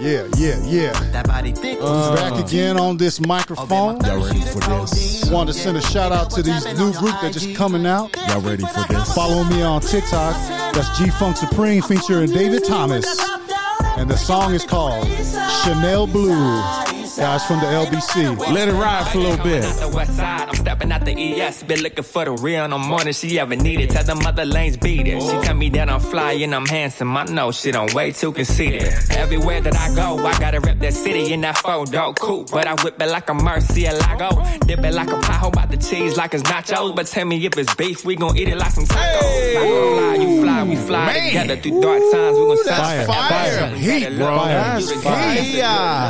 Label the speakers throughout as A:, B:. A: Yeah, yeah, yeah.
B: That body thick. Uh,
C: Uh-huh.
A: Back again on this microphone.
C: Y'all ready for this?
A: Want to send a shout out to these new group that just coming out.
C: Y'all ready for this?
A: Follow me on TikTok. That's G Funk Supreme featuring David Thomas. And the song is called Chanel Blue. Guys from the LBC.
C: Let it ride for a little bit.
D: Out the west side, I'm stepping out the ES. Been looking for the real, and I'm on it. She ever needed. Tell them other lanes beat it. She tell me that I'm fly and I'm handsome. I know shit, I'm way too conceited. Everywhere that I go, I gotta rep that city in that photo. Cool, but I whip it like a Murcielago. Dip it like a pie, about the cheese like it's nachos. But tell me if it's beef, we gon' eat it like some tacos. I gon' fly, you fly, we fly
E: Man.
D: together through dark times. We gon'
A: that's
D: sound
A: fire.
D: forever.
E: Heat,
D: Better
E: bro.
D: love,
E: That's
D: you the guy.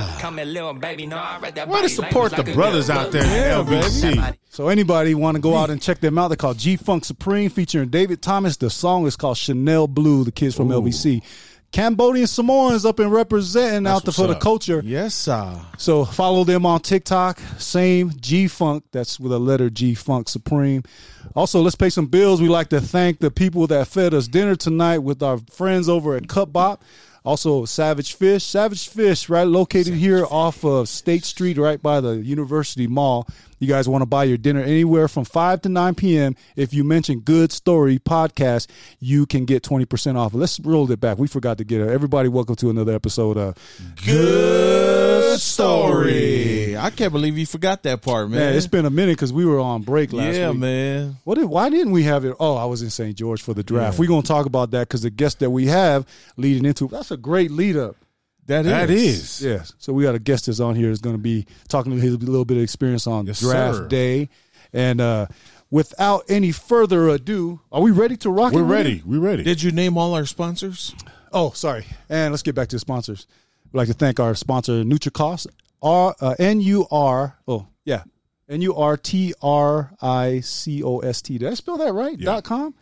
E: fire.
D: Come and little baby, no, I read that
E: Why to
D: body
E: support
D: language
E: the
D: like a
E: brothers
D: good
E: out
D: book.
E: there in
C: Yeah,
E: LBC?
A: So anybody want to go out and check them out? They're called G Funk Supreme featuring David Thomas. The song is called Chanel Blue. The kids from LBC, Cambodian Samoans up and representing out there
C: what's
A: for the
C: up.
A: culture.
E: Yes, sir.
A: So follow them on TikTok. Same G Funk. That's with a letter G Funk Supreme. Also, let's pay some bills. We like to thank the people that fed us dinner tonight with our friends over at Cut Bop. Also, Savage Fish. Savage Fish, right, located here off of State Street, right by the University Mall. You guys want to buy your dinner anywhere from 5 to 9 p.m. If you mention Good Story Podcast, you can get 20% off. Let's roll it back. We forgot to get it. Everybody, welcome to another episode of
E: Good story. I can't believe you forgot that part, man.
A: Man, it's been a minute because we were on break last
E: yeah,
A: week.
E: man.
A: What did, why didn't we have it? Oh, I was in St. George for the draft. We're going to talk about that because the guest that we have leading into that's a great lead up.
E: That is.
C: That is.
A: Yes. So we got a guest that's on here is going to be talking to his little bit of experience on
C: Yes,
A: draft
C: sir.
A: day. And uh, without any further ado, are we ready to rock?
C: We're
A: and roll?
C: ready. We're ready.
E: Did you name all our sponsors?
A: Oh, sorry. And let's get back to the sponsors. We'd like to thank our sponsor, NutriCost. R uh, N U R. Oh, yeah. N U R T R I C O S T. Did I spell that right? Dot com.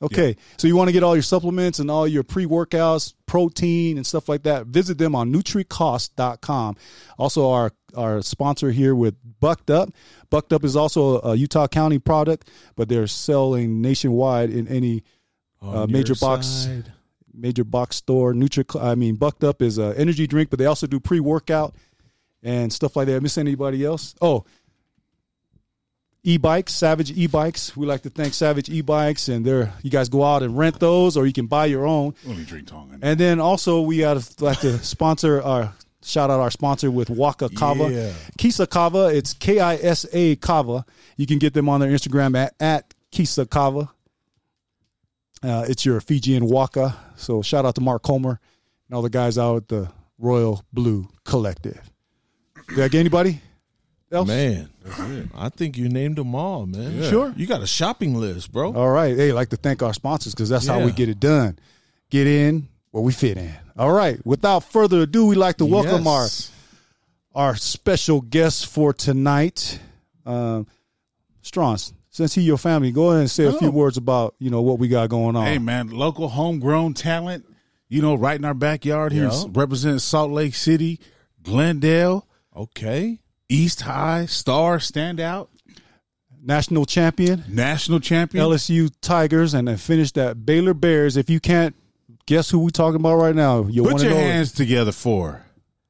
A: Okay. So you want to get all your supplements and all your pre workouts, protein, and stuff like that. Visit them on NutriCost.com. Also, our our sponsor here with Bucked Up. Bucked Up is also a Utah County product, but they're selling nationwide in any uh,
E: On
A: major
E: your
A: box
E: side.
A: major box store. Nutri, I mean, Bucked Up is a energy drink, but they also do pre workout and stuff like that. Miss anybody else? Oh, e bikes, Savage e bikes. We like to thank Savage e bikes, and they're you guys go out and rent those, or you can buy your own.
C: Let me drink tongue.
A: And then also we gotta like to sponsor our shout out our sponsor with Waka Kava.
E: Yeah.
A: Kisa Kava, it's K I S A Kava. You can get them on their Instagram at, at Kisa Kava. Uh, it's your Fijian Waka. So shout out to Mark Comer and all the guys out at the Royal Blue Collective. Did I get anybody else?
E: Man, I think you named them all, man.
A: Yeah. Sure. Uh,
E: You got a shopping list, bro.
A: All right. Hey, like to thank our sponsors because that's how we
E: Yeah.
A: get it done. Get in where we fit in. All right. Without further ado, we like to welcome our
E: Yes.
A: our special guest for tonight, um, Strauss. Since he your family, go ahead and say a few words about you know what we got going on.
C: Hey man, local homegrown talent. You know, right in our backyard here,
E: Yeah.
C: representing Salt Lake City, Glendale,
E: Okay.
C: East High, Star, Standout,
A: National champion,
C: National Champion.
A: LSU Tigers, and then finished at Baylor Bears. If you can't guess who we talking about right now, you want
C: Put
A: to
C: your
A: know.
C: hands together for.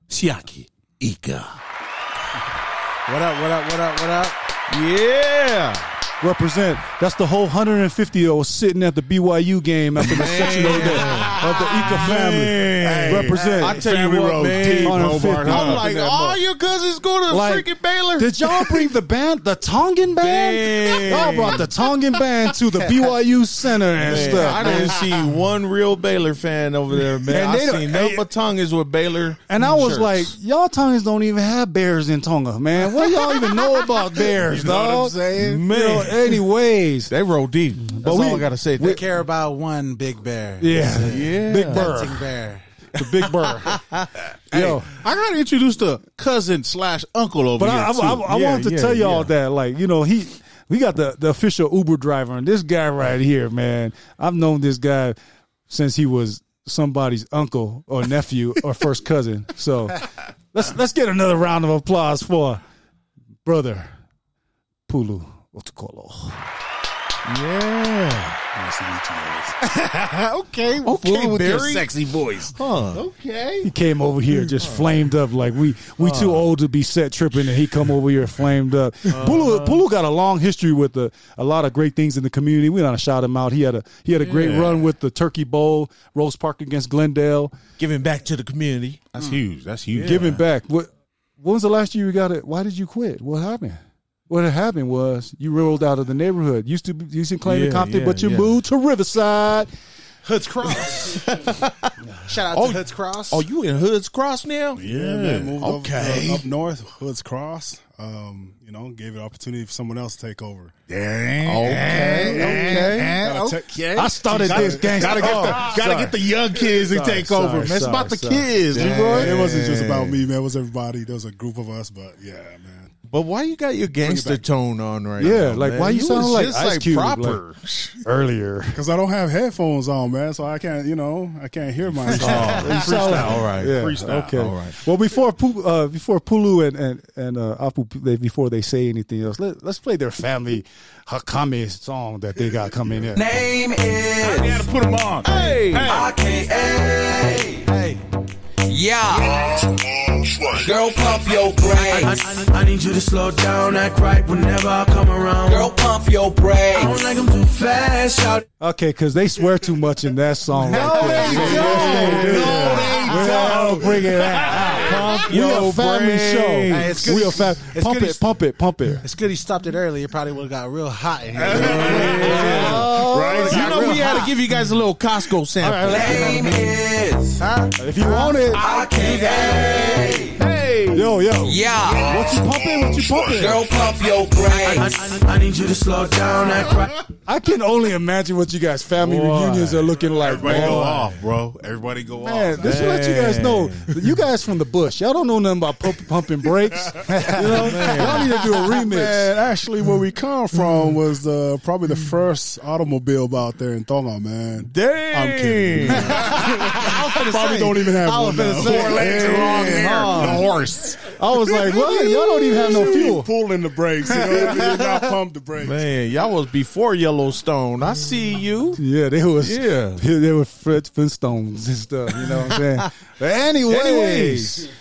E: Siaki Ika.
C: What up? What up? What up? What up?
E: Yeah.
A: Represent. That's the whole 150 that was sitting at the BYU game after the sectional day of the Ika family.
C: Man.
A: Represent.
E: I tell you
C: Family
E: what,
C: road
E: man.
C: deep,
A: $150.
C: Hobart, huh?
E: I'm like, all your cousins go to
A: Like,
E: freaking Baylor.
A: Did y'all bring the band, the Tongan band?
E: Dang.
A: Y'all brought the Tongan band to the BYU Center and
E: Man,
A: stuff.
E: I didn't see one real Baylor fan over there, man.
A: And
E: I
A: they don't-
E: seen nothing
A: hey.
E: but tongue is with Baylor.
A: and I was
E: shirts.
A: like, y'all Tongans don't even have bears in Tonga, man. What do y'all even know about bears,
C: You know what I'm
A: dog?
C: saying?
A: You know,
E: Man.
A: anyways,
E: they roll deep. That's
A: But
E: all
A: we-
E: I gotta say.
A: we-
E: They
F: We care about one big bear.
A: yeah,
E: Yeah.
A: Big Bird,
F: Dancing bear.
A: the Big Bird, yo.
C: I gotta introduce the cousin slash uncle over
A: But
C: here.
A: I, I,
C: too.
A: I, I
E: Yeah,
A: wanted to
E: yeah,
A: tell y'all
E: yeah.
A: that, like, you know, he we got the, the official Uber driver, and this guy right here, man, I've known this guy since he was somebody's uncle or nephew or first cousin. So let's let's get another round of applause for brother Pulu Otukolo.
C: Yeah. Nice to meet
E: okay,
C: you. Fool
E: okay,
C: with your
E: Barry.
C: sexy voice.
E: Huh.
A: He
E: Okay.
A: came over here just flamed up like we we
E: Uh.
A: too old to be set tripping, and he come over here flamed up.
E: Uh-huh.
A: Bulu Bulu got a long history with the, a lot of great things in the community. We gotta shout him out. He had a he had a great run with the Turkey Bowl, Rose Park against Glendale,
E: Giving back to the community.
C: That's huge. That's huge.
A: giving back. What when was the last year you got it? Why did you quit? What happened? What had happened was you rolled out of the neighborhood. Used to used to claim
E: Yeah,
A: the Compton,
E: yeah,
A: but you
E: yeah.
A: moved to Riverside.
F: Hoods Cross. Shout out
E: Oh,
F: to Hoods Cross.
E: Oh, you in Hood's Cross now?
C: Yeah.
B: man, moved
C: okay.
B: okay. up north, Hoods Cross. Um, you know, gave it opportunity for someone else to take over.
C: Dang.
A: Okay,
C: Eh,
B: Gotta take-
A: I started this gang.
C: Gotta get, the,
A: Oh,
C: gotta
A: sorry.
C: get the young kids to
A: Sorry,
C: take
A: sorry,
C: over, man. It's
A: sorry,
C: about the
A: sorry.
C: kids,
B: Yeah,
C: Leroy.
B: It wasn't just about me, man. It was everybody. There was a group of us, but yeah, man.
E: But why you got your gangster tone on right now?
A: Yeah, like,
E: man?
A: why you sound
E: was
A: like
E: just,
A: Ice Cube,
E: proper?
A: earlier.
B: Because I don't have headphones on, man, so I can't, you know, I can't hear myself.
E: Freestyle, all right.
A: Yeah.
E: Freestyle,
A: Okay.
E: all right.
A: Well, before Pu- uh, before Pulu and and and uh, Apu, they, before they say anything else, let, let's play their family Hakame song that they got coming in.
D: Name is
C: You gotta put them on.
E: Hey,
D: RKA. Yeah. Girl, pump your
G: I,
D: brakes.
G: I, I need you to slow down, act right whenever I come around.
D: Girl, pump your
G: I
D: brakes.
G: don't like 'em too fast, shout
A: Okay, because they swear too much in that song. No,
E: they don't. No, they
A: Well, bring it out. we a family
E: brains.
A: show.
E: Hey,
F: it's good
A: we a
F: he-
A: fam-
F: it's
A: pump
F: good
A: it,
F: he's-
A: pump it, pump it.
F: it's good he stopped it early. It probably would have got real hot in here.
C: Right?
E: you know we had to give you guys a little Costco sample.
D: Name is
A: If you want it,
D: RKA.
A: yo, yo.
D: Yeah.
A: What you pumping? What you pumping?
D: Girl, pump your
G: I,
D: brakes.
G: I, I need you to slow down, act right.
A: I can only imagine what you guys' family reunions are looking like.
C: Everybody
A: man.
C: go off, bro. Everybody go
A: Man,
C: off.
A: this should let you guys know. You guys from the bush, y'all don't know nothing about pump, pumping brakes. You know, y'all need to do a remix.
B: Man, actually, where we come from was uh, probably the first automobile out there in Tonga, man.
E: Dang.
B: I'm kidding. probably don't even have one. now.
C: Four legs are on there. The horse.
A: I was like, what? Y'all don't even have no fuel.
B: Pulling the brakes, you know what I mean? Not pump the brakes.
E: Man, y'all was before Yellowstone. I see you.
A: Yeah, they was
E: Yeah.
A: they were Fred Flintstones and stuff. You know what I'm saying? But anyways,
E: Anyways. Anyways.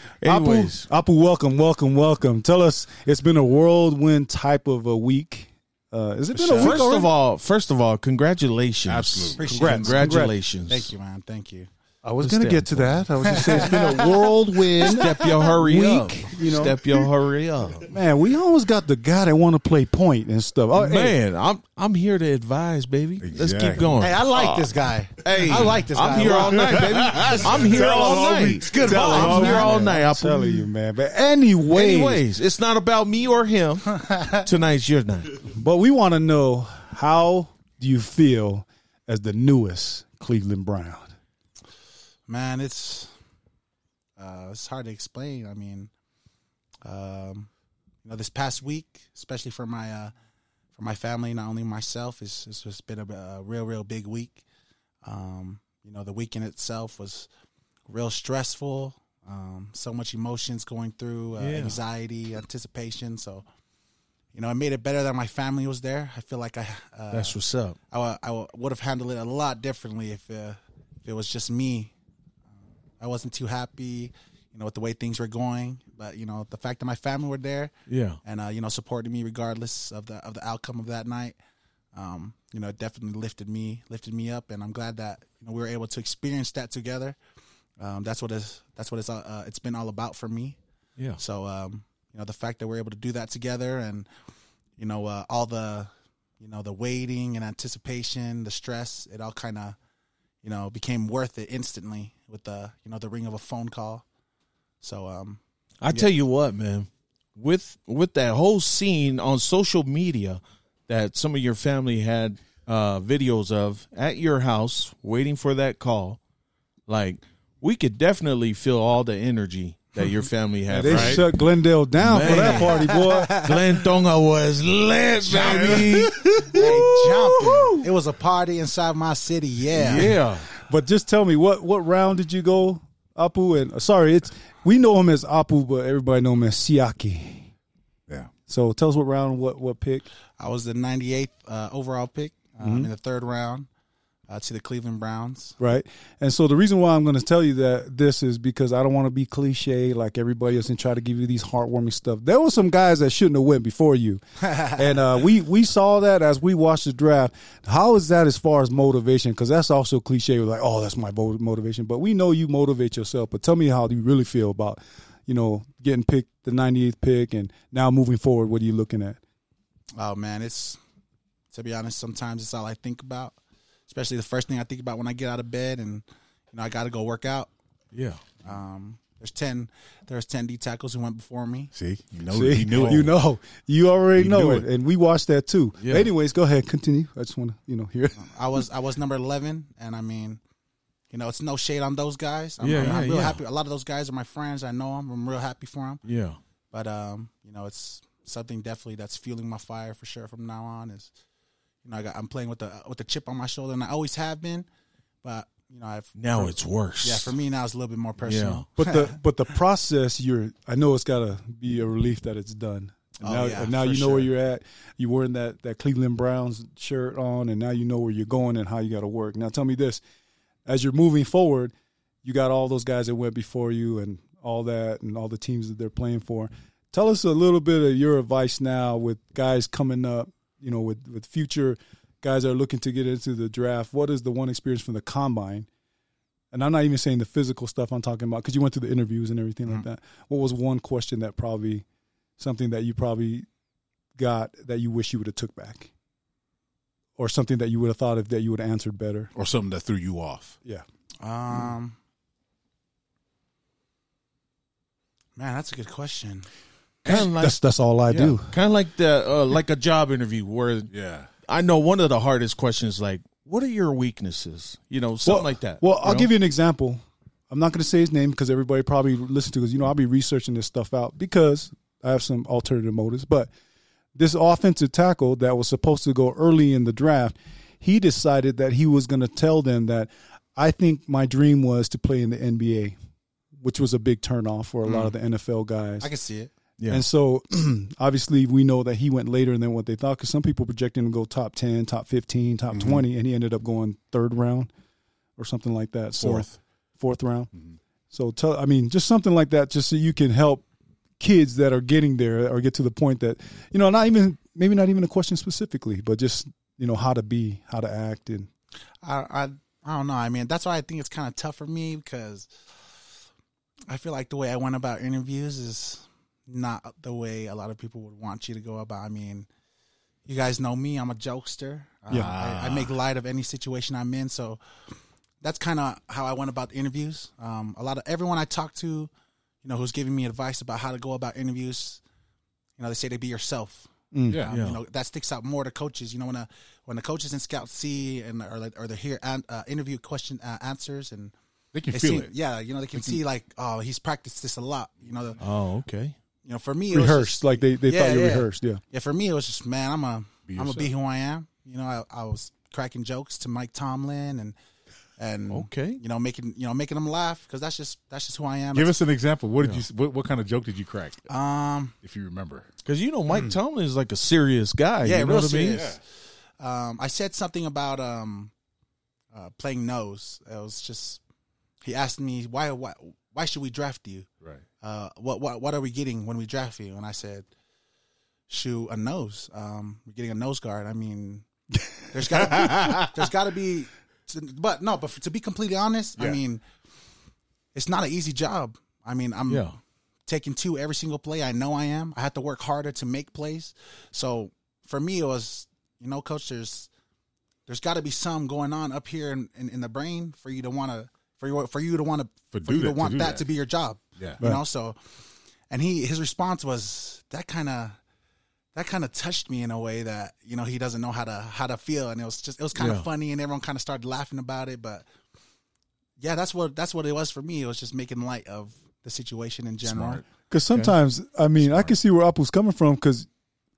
A: Apu, Apu, welcome, welcome, welcome. Tell us, it's been a whirlwind type of a week. Uh, has it been a week
E: First
A: already?
E: of all, first of all, congratulations.
C: Absolutely.
E: Congrats. Congratulations.
F: Thank you, man. Thank you.
A: I was going to get to that. I was just saying it's been a whirlwind.
E: Step your hurry up.
A: you know.
E: Step your hurry up.
A: Man, we always got the guy that want to play point and stuff. Oh, hey,
E: Man, I'm I'm here to advise, baby. Let's keep
C: Exactly.
E: going.
F: Hey, I like this guy.
E: Hey,
F: I like this guy.
E: I'm here
F: Wow.
E: all night, baby. I'm here
C: Tell
E: all
C: him,
E: night.
C: homie.
E: It's good
C: Tell him,
E: vibes. I'm
C: homie.
E: here all night.
A: I'm
E: I'll
A: telling you, man. But anyways,
E: Anyways, it's not about me or him. Tonight's your night.
A: but we want to know how do you feel as the newest Cleveland Brown?
F: Man, it's uh, it's hard to explain. I mean, um, you know, this past week, especially for my uh, for my family, not only myself, it's it's just been a, a real, real big week. Um, you know, the weekend itself was real stressful. Um, so much emotions going through, uh, anxiety, anticipation. So, you know, I made it better that my family was there. I feel like I uh,
E: That's what's up.
F: I would have handled it a lot differently if, uh, if it was just me. I wasn't too happy, you know, with the way things were going. But you know, the fact that my family were there,
E: Yeah.
F: and uh, you know, supported me regardless of the of the outcome of that night, um, you know, it definitely lifted me lifted me up, and I'm glad that you know we were able to experience that together. Um, that's what is that's what it's uh, uh, it's been all about for me.
E: Yeah.
F: So um, you know, the fact that we're able to do that together, and you know, uh, all the you know the waiting and anticipation, the stress, it all kind of you know became worth it instantly with the you know the ring of a phone call. So um,
E: I tell you what, man, with with that whole scene on social media that some of your family had uh, videos of at your house waiting for that call, like we could definitely feel all the energy that your family had,
A: They
E: right?
A: shut Glendale down for that party,
E: Man.
A: boy.
E: Glenn Tonga was lit, baby.
F: they jumping. It was a party inside my city. Yeah.
E: yeah.
A: But just tell me what what round did you go, Apu? And uh, sorry, it's we know him as Apu, but everybody know him as Siaki.
C: Yeah.
A: So tell us what round, what what pick?
F: I was the 98th uh, overall pick. um, in the third round uh, to the Cleveland Browns.
A: right? And so the reason why I'm going to tell you that this is because I don't want to be cliche like everybody else and try to give you these heartwarming stuff. There were some guys that shouldn't have went before you, and uh, we we saw that as we watched the draft. How is that as far as motivation? Because that's also cliche. We're like, oh, that's my mo- motivation, but we know you motivate yourself. But tell me how you really feel about you know getting picked the 98th pick and now moving forward. What are you looking at?
F: Oh man, it's to be honest, sometimes it's all I think about. Especially the first thing I think about when I get out of bed and you know I got to go work out.
C: Yeah.
F: Um, there's ten, there's ten D tackles who went before me.
C: See, you know,
A: See,
C: Oh, you knew it.
A: you know, you already
C: He
A: know
C: knew
A: it.
C: it.
A: and we watched that too. Anyways, go ahead, continue. I just want to, you know, hear.
F: I was I was number eleven, and I mean, you know, it's no shade on those guys. I'm,
E: Yeah,
F: I'm,
E: yeah,
F: I'm real
E: yeah.
F: happy. A lot of those guys are my friends. I know them. I'm real happy for them.
E: Yeah.
F: But um, you know, it's something definitely that's fueling my fire for sure from now on. Is you know, I got, I'm playing with the with the chip on my shoulder, and I always have been. But you know, I've
E: Now it's worse.
F: yeah, for me now it's a little bit more personal.
A: But the but the process, you're. I know it's got to be a relief that it's done. And
F: Oh,
A: now,
F: yeah,
A: and now
F: for
A: you know where
F: sure.
A: you're at. You're wearing that that Cleveland Browns shirt on, and now you know where you're going and how you got to work. Now, tell me this: as you're moving forward, you got all those guys that went before you, and all that, and all the teams that they're playing for. Tell us a little bit of your advice now with guys coming up. You know, with with future guys that are looking to get into the draft. What is the one experience from the combine? and I'm not even saying the physical stuff I'm talking about because you went through the interviews and everything like that. What was one question that probably something that you probably got that you wish you would have took back, or something that you would have thought of that you would have answered better?
C: or something that threw you off.
A: Yeah,
E: Mm.
F: Um, man, that's a good question.
E: Kind of like
A: that's that's all I do.
E: Kind of like the uh, like a job interview where
C: Yeah.
E: I know one of the hardest questions like what are your weaknesses? You know, something like that.
A: Well, I'll give you an example. I'm not going to say his name because everybody probably listened to because you know I'll be researching this stuff out because I have some alternative motives. But this offensive tackle that was supposed to go early in the draft, he decided that he was going to tell them that I think my dream was to play in the NBA, which was a big turnoff for a
E: Mm.
A: lot of the NFL guys.
F: I can see it.
A: And so, obviously, we know that he went later than what they thought because some people projected him to go top 10, top 15, top
F: Mm-hmm.
A: 20, and he ended up going third round or something like that. So,
C: Fourth.
A: Fourth round.
F: Mm-hmm.
A: So, tell, I mean, just something like that, just so you can help kids that are getting there or get to the point that, you know, not even, maybe not even a question specifically, but just, you know, how to be, how to act. And
F: I, I I don't know. I mean, that's why I think it's kind of tough for me because I feel like the way I went about interviews is not the way a lot of people would want you to go about. I mean, you guys know me. I'm a jokester.
A: Yeah.
F: Uh, I, I make light of any situation I'm in. So that's kind of how I went about the interviews. Um, a lot of everyone I talked to, you know, who's giving me advice about how to go about interviews, you know, they say to be yourself. Um, You know that sticks out more to coaches. You know when a, when the coaches and scouts see and or like or they hear an, uh, interview question uh, answers and
C: They can
F: they
C: feel
F: see,
C: it.
F: Yeah, you know they can see like oh he's practiced this a lot. You know the,
E: Oh, okay.
F: you know for me it was
A: rehearsed,
F: just-
A: like they, they
F: Yeah,
A: thought you
F: yeah.
A: rehearsed. Yeah.
F: yeah, for me it was just man I'm a
C: Be
F: am gonna be
C: yourself.
F: who I am. You know I, I was cracking jokes to Mike Tomlin and and
E: Okay.
F: you know making you know making them laugh because that's just that's just who I am.
C: Give us an example. What did you? What, what kind of joke did you crack?
F: um
C: If you remember,
E: Cuz you know Mike Tomlin is like a serious guy,
F: Yeah,
E: you know
F: real
E: what I mean?
F: serious. Um, I said something about um, uh, playing nose. It was just he asked me why why why should we draft you?
C: right?
F: Uh, what what what are we getting when we draft you? And I said, shoot a nose. Um, we're getting a nose guard. I mean, there's got to there's got to be, but no. But to be completely honest, I
C: Yeah.
F: mean, it's not an easy job. I mean, I'm
E: Yeah.
F: taking two every single play. I know I am. I have to work harder to make plays. So for me, it was you know, coach. There's there's got to be some going on up here in, in, in the brain for you to want to for you for you to want
C: For
F: to for
C: do
F: you
C: that-
F: to
C: to
F: want
C: do
F: that
C: that.
F: to be your job.
C: Yeah.
F: you know. So, and he his response was that kind of that kind of touched me in a way that you know he doesn't know how to how to feel, and it was just it was kind of
E: Yeah.
F: funny, and everyone kind of started laughing about it, but yeah, that's what that's what it was for me. It was just making light of the situation in general.
A: Because sometimes, I mean, I can see where Apple's coming from. Because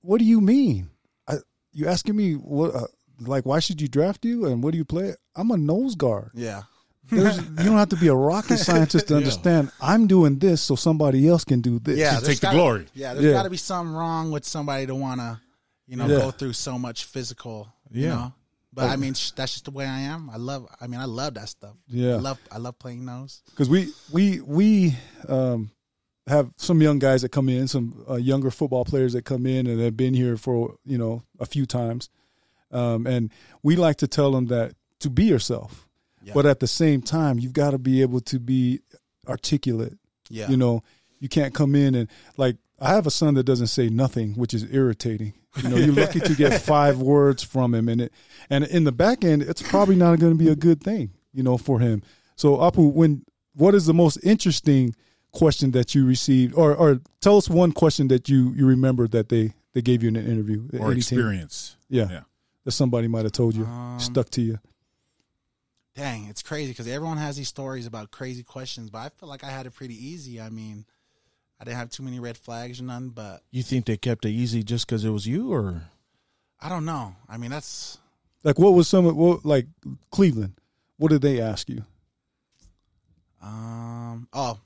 A: what do you mean? I, you asking me what? Uh, like, why should you draft you? And what do you play? I'm a nose guard.
F: Yeah,
A: There's, you don't have to be a rocket scientist to understand. I'm doing this so somebody else can do this.
F: yeah.
C: take
F: there's
C: the glory.
F: Yeah, there's
A: Yeah.
F: got to be something wrong with somebody to want to you know
A: Yeah.
F: go through so much physical. You
E: Yeah.
F: know? But I mean, sh- that's just the way I am. I love. I mean, I love that stuff.
A: Yeah.
F: I love. I love playing those.
A: because we we we um, have some young guys that come in, some uh, younger football players that come in and have been here for you know a few times, um, and we like to tell them that to be yourself, but at the same time you've got to be able to be articulate.
F: Yeah.
A: You know, you can't come in and like I have a son that doesn't say nothing, which is irritating. You know, you're lucky to get five words from him, and it and in the back end, it's probably not going to be a good thing, you know, for him. So Apu, when what is the most interesting question that you received, or or tell us one question that you you remember that they they gave you in an interview
C: or
A: Any team-
C: experience.
A: yeah,
C: Yeah.
A: that somebody might have told you, stuck to you.
F: Dang, it's crazy because everyone has these stories about crazy questions, but I feel like I had it pretty easy. I mean, I didn't have too many red flags or none, but
E: You think they kept it easy just because it was you, or
F: I don't know. I mean, that's
A: Like what was some what like Cleveland? What did they ask you?
F: um. Oh,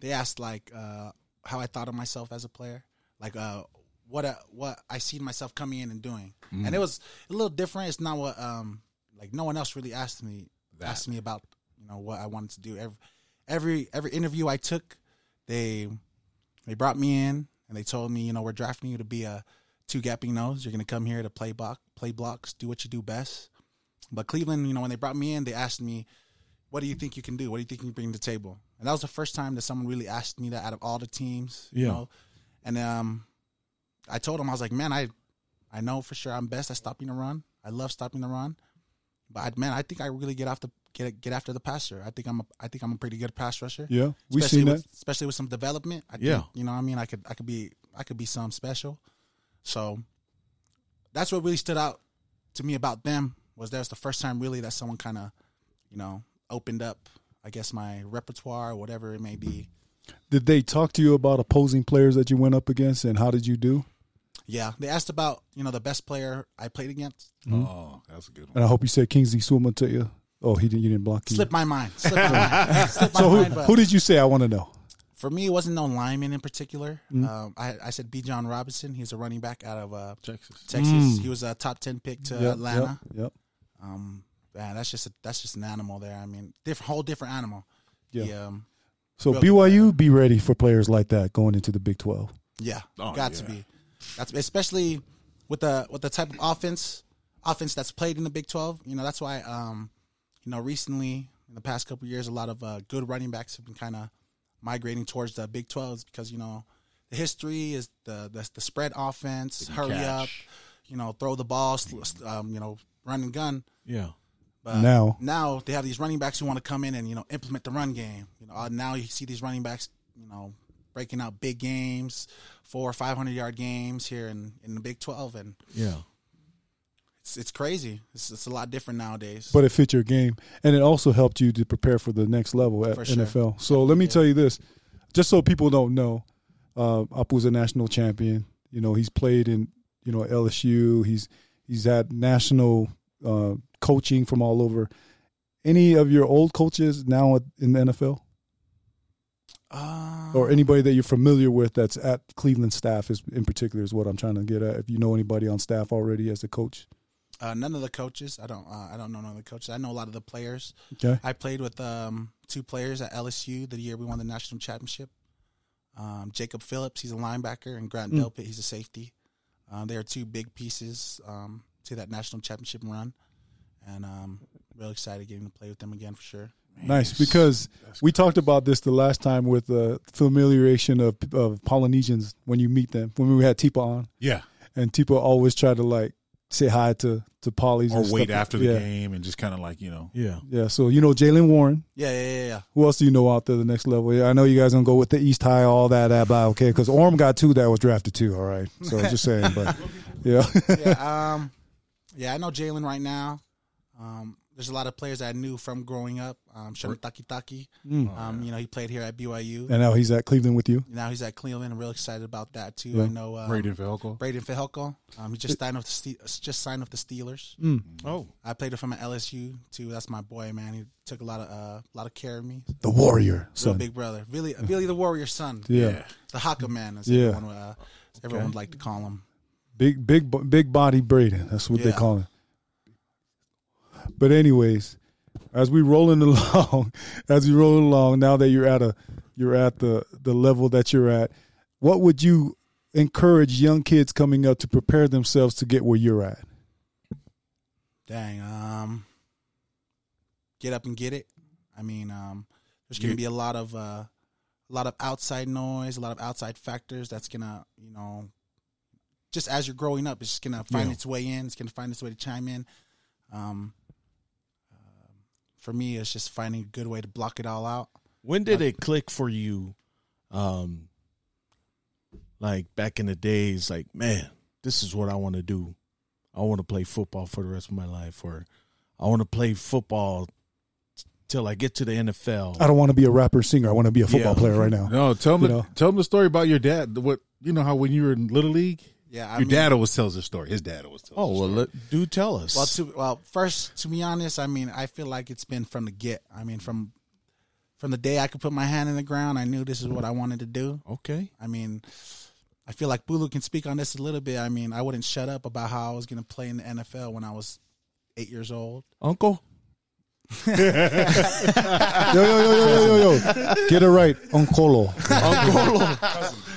F: they asked like uh, how I thought of myself as a player, like uh, what I, what I seen myself coming in and doing, and it was a little different. It's not what um like no one else really asked me asked me about you know what I wanted to do. Every every every interview I took, they they brought me in and they told me, you know, we're drafting you to be a two gapping nose. You're gonna come here to play block, play blocks, do what you do best. But Cleveland, you know, when they brought me in, they asked me, "What do you think you can do? What do you think you bring to the table?" And that was the first time that someone really asked me that out of all the teams. You
E: Yeah.
F: know, and um, I told them I was like, "Man, I, I know for sure I'm best at stopping the run. I love stopping the run, but I, man, I think I really get off the get get after the passer. I think I'm a I think I'm a pretty good pass rusher.
A: Yeah, we
F: Especially
A: seen that.
F: with, Especially with some development. I
E: Yeah.
F: Think, you know what I mean? I could I could be I could be some special. So that's what really stood out to me about them was that was the first time really that someone kinda, you know, opened up I guess my repertoire or whatever it may be.
A: Did they talk to you about opposing players that you went up against and how did you do?
F: Yeah. They asked about, you know, the best player I played against.
C: Oh, that's a good one.
A: And I hope you said Kingsley Swimmer to you. Oh, he didn't. You didn't block you.
F: Slip my mind. Slip my mind. Slip my
A: so who,
F: mind. but-
A: who did you say? I want to know.
F: for me, it wasn't no lineman in particular.
A: Hmm.
F: Um, I, I said B. John Robinson. He's a running back out of uh, Texas. Texas. He was a top ten pick to
A: Hmm. Yep,
F: Atlanta.
A: Yep. yep.
F: Um, man, that's just a, that's just an animal there. I mean, different whole different animal.
A: Yeah.
F: He, um,
A: So
F: Real-
A: BYU, be ready for players like that going into the Big Twelve.
F: Yeah, got to be. That's especially with the with the type of offense offense that's played in the Big Twelve. You know, that's why um, you know recently in the past couple of years, a lot of uh, good running backs have been kind of migrating towards the Big Twelves because you know the history is the the, the spread offense, hurry up, you know, throw the ball, sl- um, you know, run and gun.
E: yeah,
F: But
A: Now.
F: now they have these running backs who want to come in and you know implement the run game. You know, uh, now you see these running backs, you know, breaking out big games, four or five hundred yard games here in, in the Big Twelve, and
E: yeah,
F: it's it's crazy. It's, it's a lot different nowadays.
A: but it fit your game and it also helped you to prepare for the next level at
F: For sure.
A: NFL. So let me tell you this, just so people don't know, uh, Apu's a national champion. You know he's played in you know LSU. He's he's had national uh, coaching from all over. Any of your old coaches now at- in the NFL,
F: uh,
A: or anybody that you're familiar with that's at Cleveland staff is in particular is what I'm trying to get at. If you know anybody on staff already as a coach,
F: uh, none of the coaches. I don't. Uh, I don't know none of the coaches. I know a lot of the players.
A: okay,
F: I played with um, two players at LSU the year we won the national championship. Um, Jacob Phillips, he's a linebacker, and Grant Delpit, he's a safety. Uh, they are two big pieces um, to that national championship run, and um, real excited getting to play with them again for sure.
A: Nice, because we talked about this the last time with the familiarization of, of Polynesians when you meet them. When we had Tipa on,
C: Yeah.
A: and Tipa always tried to like say hi to to Polys
C: Or
A: and
C: wait
A: stuff.
C: after the
A: yeah.
C: game and just kind of like, you know,
E: yeah.
A: Yeah, so you know Jalen Warren.
F: Yeah, yeah, yeah, yeah.
A: Who else do you know out there the next level? Yeah, I know you guys don't go with the East High, all that, that blah, okay? Because Orm got two that was drafted too. All right, so just saying, but yeah,
F: yeah, um, yeah, I know Jalen right now. Um, there's a lot of players that I knew from growing up. Um, Shun Takitaki, um, you know, he played here at BYU.
A: and now he's at Cleveland with you.
F: Now he's at Cleveland. I'm real excited about that too.
A: Yeah.
F: I know um,
C: Braden Falco.
F: Braden Fajelko. Um, he just signed with the Ste- just signed with the Steelers.
A: Mm.
E: Oh,
F: I played with him at LSU too. That's my boy, man. He took a lot of uh, lot of care of me. Real
A: The Warrior, son.
F: big brother, really, really the warrior son.
A: Yeah.
F: the Haka man, as
A: Yeah.
F: everyone, uh, as everyone would like to call him.
A: Big, big, big body Braden. That's what they
F: Yeah.
A: call him. But anyways, as we rolling along, as you roll along, now that you're at a you're at the the level that you're at, what would you encourage young kids coming up to prepare themselves to get where you're at?
F: Dang. Um, get up and get it. I mean, um, there's going to be a lot of uh, a lot of outside noise, a lot of outside factors that's going to, you know, just as you're growing up, it's just going to find its way in. It's going to find its way to chime in. Um, uh, for me, it's just finding a good way to block it all out.
E: When did it click for you? Um, like back in the days, like man, this is what I want to do. I want to play football for the rest of my life, or I want to play football t- till I get to the NFL.
A: I don't want to be a rapper singer. I want to be a football
E: Yeah.
A: player right now.
C: No, tell me,
A: You know.
C: tell me the story about your dad. What you know how when you were in little league,
F: Yeah, I
C: your dad always tells the story. His dad always tells.
E: oh
C: the
E: well,
C: story.
E: let, do tell us.
F: Well, to, well, first, to be honest, I mean, I feel like it's been from the get. I mean, from from the day I could put my hand in the ground, I knew this is what I wanted to do.
E: okay,
F: I mean, I feel like Bulu can speak on this a little bit. I mean, I wouldn't shut up about how I was going to play in the NFL when I was eight years old.
E: Uncle.
A: Yo yo yo yo yo yo yo. Get it right, Onkolo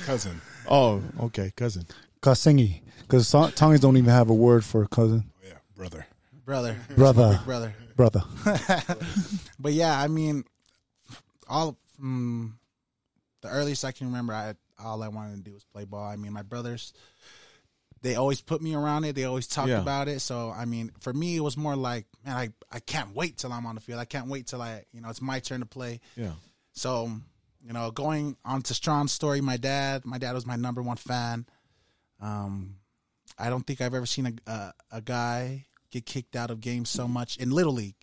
B: cousin.
E: Oh, okay, cousin.
A: Kasengi, because Tongues don't even have a word for cousin,
B: Yeah, brother.
F: Brother.
A: brother,
F: Brother.
A: brother.
F: But yeah, I mean, all from the earliest I can remember, I all I wanted to do was play ball. I mean, my brothers, they always put me around it. They always talked
E: Yeah.
F: about it. So I mean, for me, it was more like, man, I I can't wait till I'm on the field. I can't wait till I, you know, it's my turn to play.
E: Yeah.
F: So, you know, going on to Strawn's story, my dad, my dad was my number one fan. Um, I don't think I've ever seen a a, a guy get kicked out of games so much in Little League.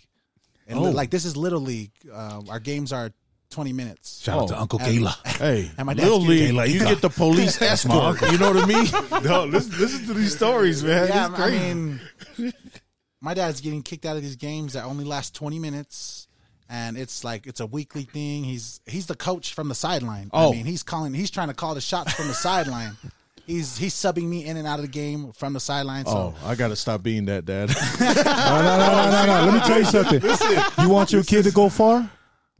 F: And li-
E: Oh.
F: like this is Little League. Uh, our games are twenty minutes.
B: Shout out to
E: Oh.
B: Uncle
F: And-
B: Gayla.
E: Hey,
F: And my dad's
E: little
F: getting-
E: league,
B: Like,
E: you
B: uh,
E: get the police escort. You know what I mean?
C: No, listen, listen to these stories, man.
F: yeah,
C: It's
F: I
C: crazy.
F: mean, my dad's getting kicked out of these games that only last twenty minutes, and it's like it's a weekly thing. He's he's the coach from the sideline.
E: Oh.
F: I mean, he's calling. He's trying to call the shots from the sideline. He's he's subbing me in and out of the game from the sideline.
E: oh,
F: So
E: I gotta stop being that dad.
A: No no no no no. no. Let me tell you something. You want your kid to go far?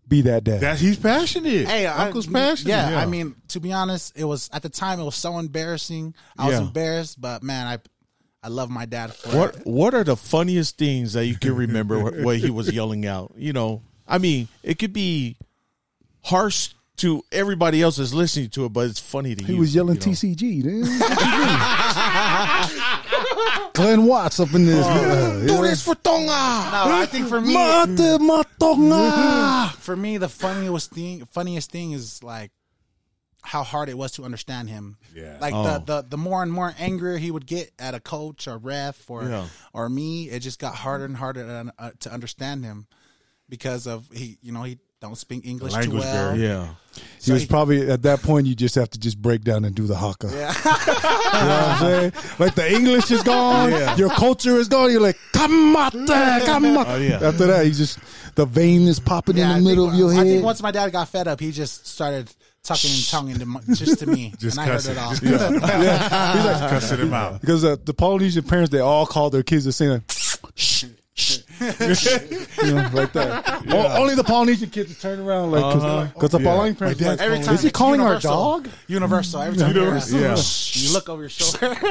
A: Be that dad.
C: that he's passionate.
F: Hey, I-
C: Uncle's passionate.
F: Yeah, I mean, to be honest, it was at the time it was so embarrassing. I was
E: Yeah.
F: embarrassed, but man, I I love my dad for it.
E: What What are the funniest things that you can remember wh- what he was yelling out? You know, I mean, it could be harsh to everybody else that's listening to it, but it's funny to
A: He
E: you.
A: was yelling
E: you know?
A: TCG, dude. Glenn Watts up in this.
E: Oh, Do this for Tonga.
F: No, I think for me,
A: Mate matonga.
F: for me, the funniest thing, funniest thing is like how hard it was to understand him.
B: Yeah.
F: Like
E: Oh.
F: the, the the more and more angrier he would get at a coach or ref or
E: Yeah.
F: or me, it just got harder and harder to, uh, to understand him because of he, you know, he don't speak English too
C: language
F: well.
C: barrier.
E: Yeah.
A: He was
F: he-
A: probably at that point. You just have to just break down and do the haka. You know what I'm saying? Like the English is gone, your culture is gone. You're like kamate, kamate.
E: Oh, yeah.
A: After that, you just the vein is popping
F: Yeah, I
A: in the middle
F: think,
A: of your
F: I
A: head.
F: think once my dad got fed up, he just started tucking and tongue into my, just to me,
C: Just
F: and I heard
C: cussing.
F: it all.
A: yeah, he's like,
C: cussing him out.
A: Because uh, the Polynesian parents, they all call their kids the same, like, shh, shh, shh, you know, like that. O- only the Polynesian kids would turn around, like, because the Polynesian parents, like, "Oh,
F: Every time
A: is he
F: it's
A: calling
F: universal.
A: our dog?
F: Universal. Every time
C: Universal.
F: you hear
C: Yeah.
F: us, you look over your shoulder.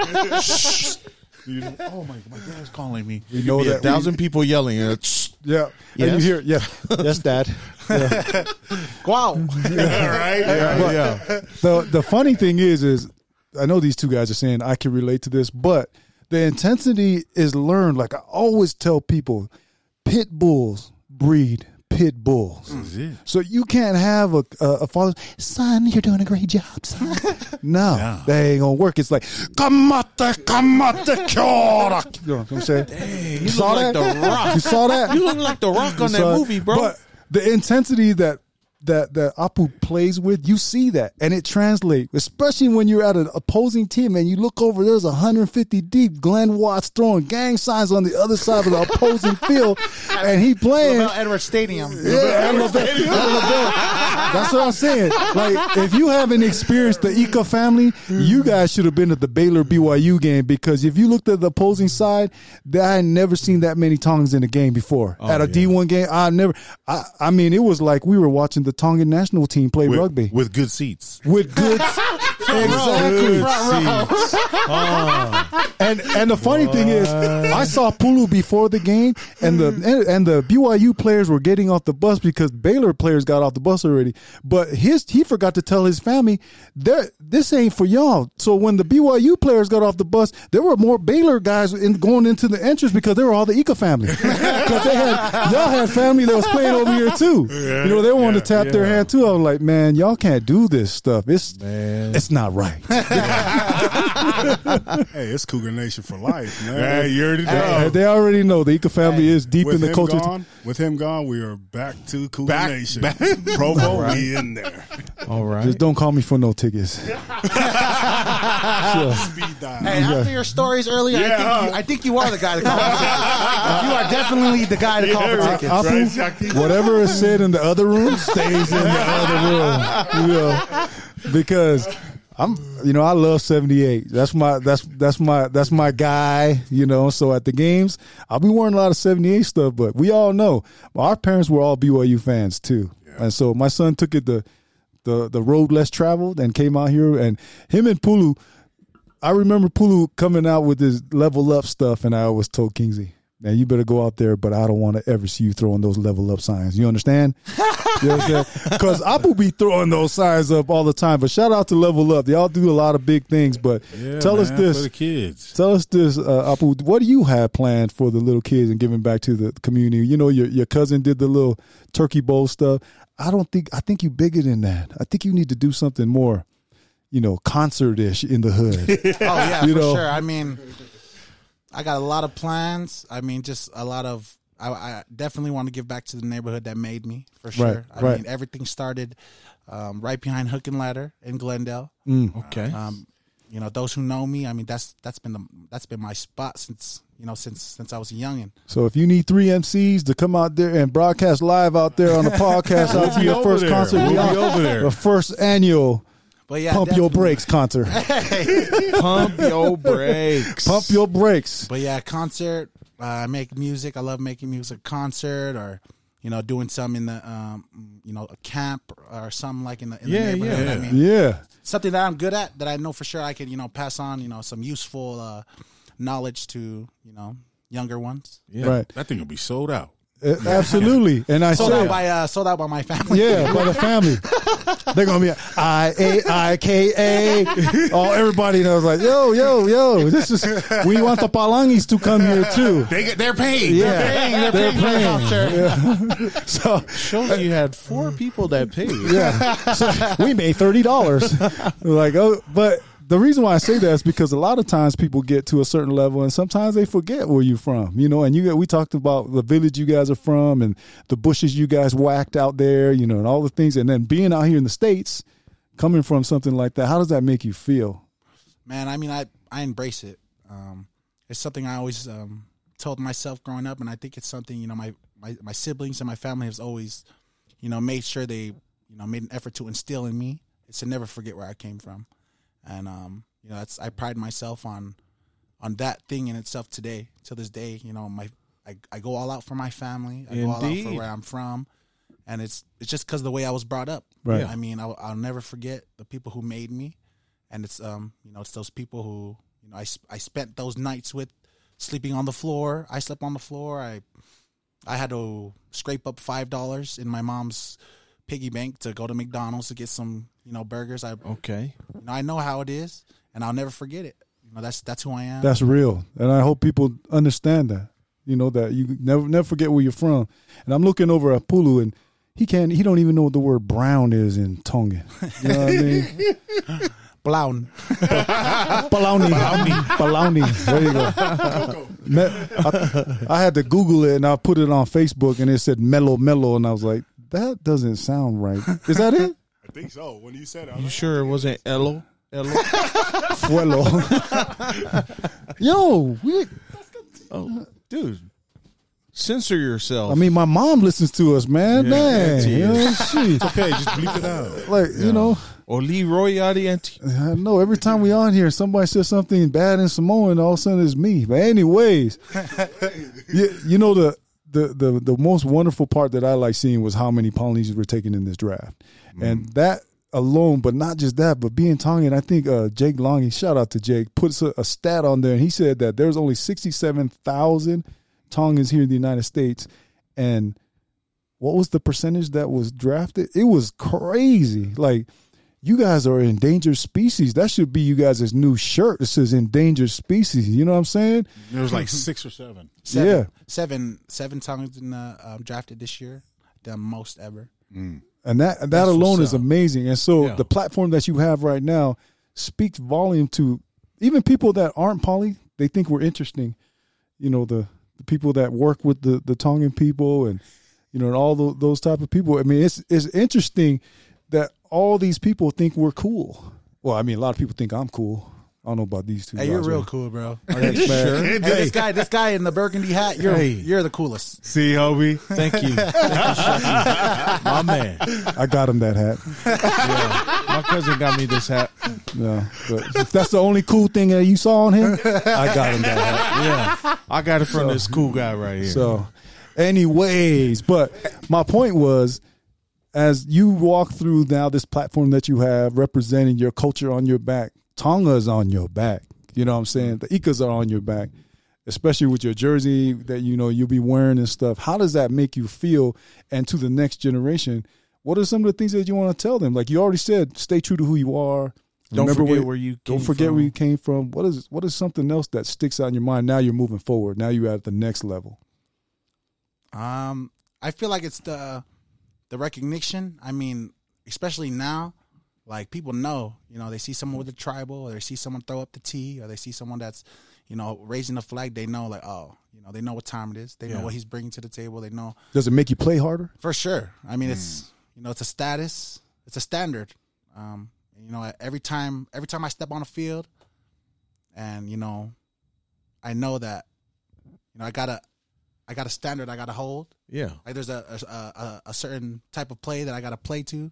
C: oh my, my dad's calling me.
A: We know
E: Be a
A: that. we-
E: thousand people yelling. uh, and it's-
A: yeah. And
E: Yes.
A: you hear, yeah, yes, dad. Yeah.
F: wow.
A: But The the funny thing is, is I know these two guys are saying I can relate to this, but the intensity is learned. Like I always tell people, pit bulls breed pit bulls.
E: Mm,
A: So you can't have a, a, a father, son, you're doing a great job, son. no, that ain't gonna work. It's like, kamate, kamate, kia ora." You know what I'm saying? you, saw
E: look like
A: that?
E: The Rock.
A: you saw that?
E: You look like the Rock on that
A: So,
E: movie, bro.
A: But the intensity that that that Apu plays with, you see that, and it translates. Especially when you're at an opposing team and you look over, there's 150 deep. Glenn Watts throwing gang signs on the other side of the opposing field, and he playing.
F: Edward Stadium.
A: Yeah, at LaBelle- at LaBelle. That's what I'm saying. Like, if you haven't experienced the Ika family, you guys should have been at the Baylor BYU game because if you looked at the opposing side, that I had never seen that many Tongans in a game before. at a one game, I never. I, I mean, it was like we were watching the Tongan national team play
C: with,
A: rugby
C: with good seats.
A: with good. exactly. And and the funny thing is, I saw Pulu before the game, and
B: Hmm.
A: the and, and the BYU players were getting off the bus because Baylor players got off the bus already. But his he forgot to tell his family there this ain't for y'all. So when the BYU players got off the bus, there were more Baylor guys in, going into the entrance because they were all the Ika family because they had y'all had family that was playing over here too. you know they wanted to tap their hand too. I was like, man, y'all can't do this stuff. It's it's not right.
B: Hey, it's Cougar Nation for life, man.
C: Hey, you already know.
A: They already know the Ika family is deep in
B: with
A: the
B: him
A: culture.
B: gone, with him gone, we are back to Cougar
C: Back-
B: Nation.
C: back-
B: Provo, we in there.
E: All right.
A: Just don't call me for no tickets.
B: Speed dial.
F: Hey, after your stories earlier,
C: Yeah,
F: I, think
C: huh?
F: you, I think you are the guy to call for tickets. You are definitely the guy to call for
C: Yeah,
F: tickets.
C: I-
A: Apu,
C: right, Jackie?
A: whatever is said in the other room stays in the other room. You know, because I'm, you know, I love '78. That's my, that's that's my, that's my guy. You know, so at the games, I'll be wearing a lot of '78 stuff. But we all know our parents were all BYU fans too, and so my son took it the the the road less traveled and came out here, and him and Pulu. I remember Pulu coming out with his level up stuff, and I always told Kingsley, "Man, you better go out there, but I don't want to ever see you throwing those level up signs." You understand? Because Apu be throwing those signs up all the time. But shout out to Level Up; y'all do a lot of big things. But
C: Yeah,
A: tell us
C: man, for
A: this,
C: the kids.
A: tell us this, uh, Apu, what do you have planned for the little kids and giving back to the community? You know, your your cousin did the little turkey bowl stuff. I don't think I think you bigger than that. I think you need to do something more, you know, concert ish in the hood.
F: Oh yeah,
A: You
F: for
A: know.
F: sure. I mean, I got a lot of plans. I mean, just a lot of. I, I definitely want to give back to the neighborhood that made me for sure.
A: Right,
F: I
A: right.
F: mean, everything started um, right behind Hook and Ladder in Glendale.
E: Okay.
F: Um, you know, those who know me, I mean, that's that's been the that's been my spot since you know since since I was a youngin.
A: So if you need three MCs to come out there and broadcast live out there on the podcast out to
C: be
A: your
C: over
A: first
C: there.
A: concert,
C: We'll be
A: y'all-
C: over there.
A: the first annual
F: But yeah,
A: Pump Your
F: definitely.
A: Brakes concert.
E: Pump your brakes.
A: Pump Your Brakes.
F: But yeah, concert. uh, I make music. I love making music. Concert or you know doing some in the um, you know a camp or something like in the in
C: Yeah,
F: the neighborhood.
C: yeah.
F: I mean,
A: Yeah,
F: something that I'm good at that I know for sure I can you know pass on you know some useful uh, knowledge to you know younger ones.
C: Yeah,
A: Right.
C: That thing will be sold out.
A: a- absolutely. And I
F: Sold out
A: said,
F: by uh, sold out by my family.
A: yeah, by the family. They're gonna be I A I K A. All everybody knows, like yo, yo, yo. This is we want the Palangis to come here too.
C: They get, they're paid.
A: Yeah, they're playing. Yeah. So
E: Shows you had four people that paid.
A: yeah. So we made thirty dollars. like, oh, but the reason why I say that is because a lot of times people get to a certain level, and sometimes they forget where you're from. You know, and you get- we talked about the village you guys are from, and the bushes you guys whacked out there. You know, and all the things, and then being out here in the states, coming from something like that, how does that make you feel?
F: man. I mean, I I embrace it. Um, it's something I always um, told myself growing up, and I think it's something you know my, my my siblings and my family has always, you know, made sure they you know made an effort to instill in me is to never forget where I came from, and um, you know, that's I pride myself on on that thing in itself today to this day. You know, my I, I go all out for my family. I go all out for
E: Indeed.
F: where I'm from. And it's it's just because the way I was brought up.
A: Right.
F: I mean, I'll, I'll never forget the people who made me and it's um you know it's those people who you know I, sp- I spent those nights with sleeping on the floor I slept on the floor I I had to scrape up five dollars in my mom's piggy bank to go to McDonald's to get some you know burgers I you
E: Okay.
F: know, I know how it is and I'll never forget it you know that's that's who I am
A: That's real, and I hope people understand that. You know that you never never forget where you're from. And I'm looking over at Pulu, and he can't. He don't even know what the word brown is in Tongan. You know what I mean?
F: Blown
A: Baloney. Baloney. There you go. Me- I, I had to Google it and I put it on Facebook and it said mellow mellow and I was like, that doesn't sound right. Is that it?
B: I think so. When you said it, I
E: You
B: was
E: sure it wasn't Elo? Elo?
A: Fuelo. Yo, we,
E: Oh, dude. Censor yourself.
A: I mean, my mom listens to us, man.
E: Yeah,
A: man, you know, she,
C: Okay, just bleep it out.
A: like you know,
E: or Leroy Adianti.
A: I know every time we on here, somebody says something bad in Samoan, all of a sudden it's me. But anyways, you, you know the, the the the most wonderful part that I like seeing was how many Polynesians were taken in this draft, and that alone, but not just that, but being Tongan, I think uh, Jake Longy, shout out to Jake, puts a, a stat on there, and he said that there's only sixty seven thousand Tongans here in the United States, and what was the percentage that was drafted? It was crazy, like you guys are endangered species. That should be you guys' new shirt. It says endangered species. You know what I'm saying?
C: There was like six or seven.
F: Seven,
A: Yeah.
F: seven, seven times in the um, drafted this year, the most ever.
A: And that and that alone is amazing. And so
E: Yeah.
A: the platform that you have right now speaks volume to even people that aren't poly, they think we're interesting. You know, the, the people that work with the, the Tongan people and you know, and all tho- those type of people. I mean, it's it's interesting that all these people think we're cool. Well, I mean, a lot of people think I'm cool. I don't know about these two.
F: Hey, you're
A: guys,
F: real
A: man.
F: cool, bro.
A: Thanks, man.
F: Hey, this guy, this guy in the burgundy hat, you're
C: Hey.
F: you're the coolest.
C: See, Hobie?
E: Thank you. Thank you, Shaggy. My man.
A: I got him that hat.
E: My cousin got me this hat.
A: No, but if that's the only cool thing that you saw on him, I got him that hat.
E: Yeah. I got it from this cool guy right here.
A: So, anyways, but my point was, as you walk through now this platform that you have representing your culture on your back, Tonga's on your back. You know what I'm saying? The Ikas are on your back, especially with your jersey that you know you'll be wearing and stuff. How does that make you feel? And to the next generation, what are some of the things that you want to tell them? Like you already said, stay true to who you are.
E: don't
A: Remember
E: forget
A: where-
E: where, you
A: Don't
E: came
A: forget
E: from.
A: where you came from. What is what is something else that sticks out in your mind? Now you're moving forward. Now you're at the next level.
F: Um, I feel like it's the the recognition. I mean, especially now, like people know, you know, they see someone with a tribal, or they see someone throw up the T, or they see someone that's, you know, raising the flag. They know, like, oh, you know, they know what time it is. They know what he's bringing to the table. They know
A: Does it make you play harder?
F: for sure. I mean, it's you know, it's a status, it's a standard. Um, you know, every time, every time I step on a field, and you know, I know that, you know, I gotta, I got a standard I gotta hold.
E: Yeah.
F: Like there's a a, a a certain type of play that I gotta play to,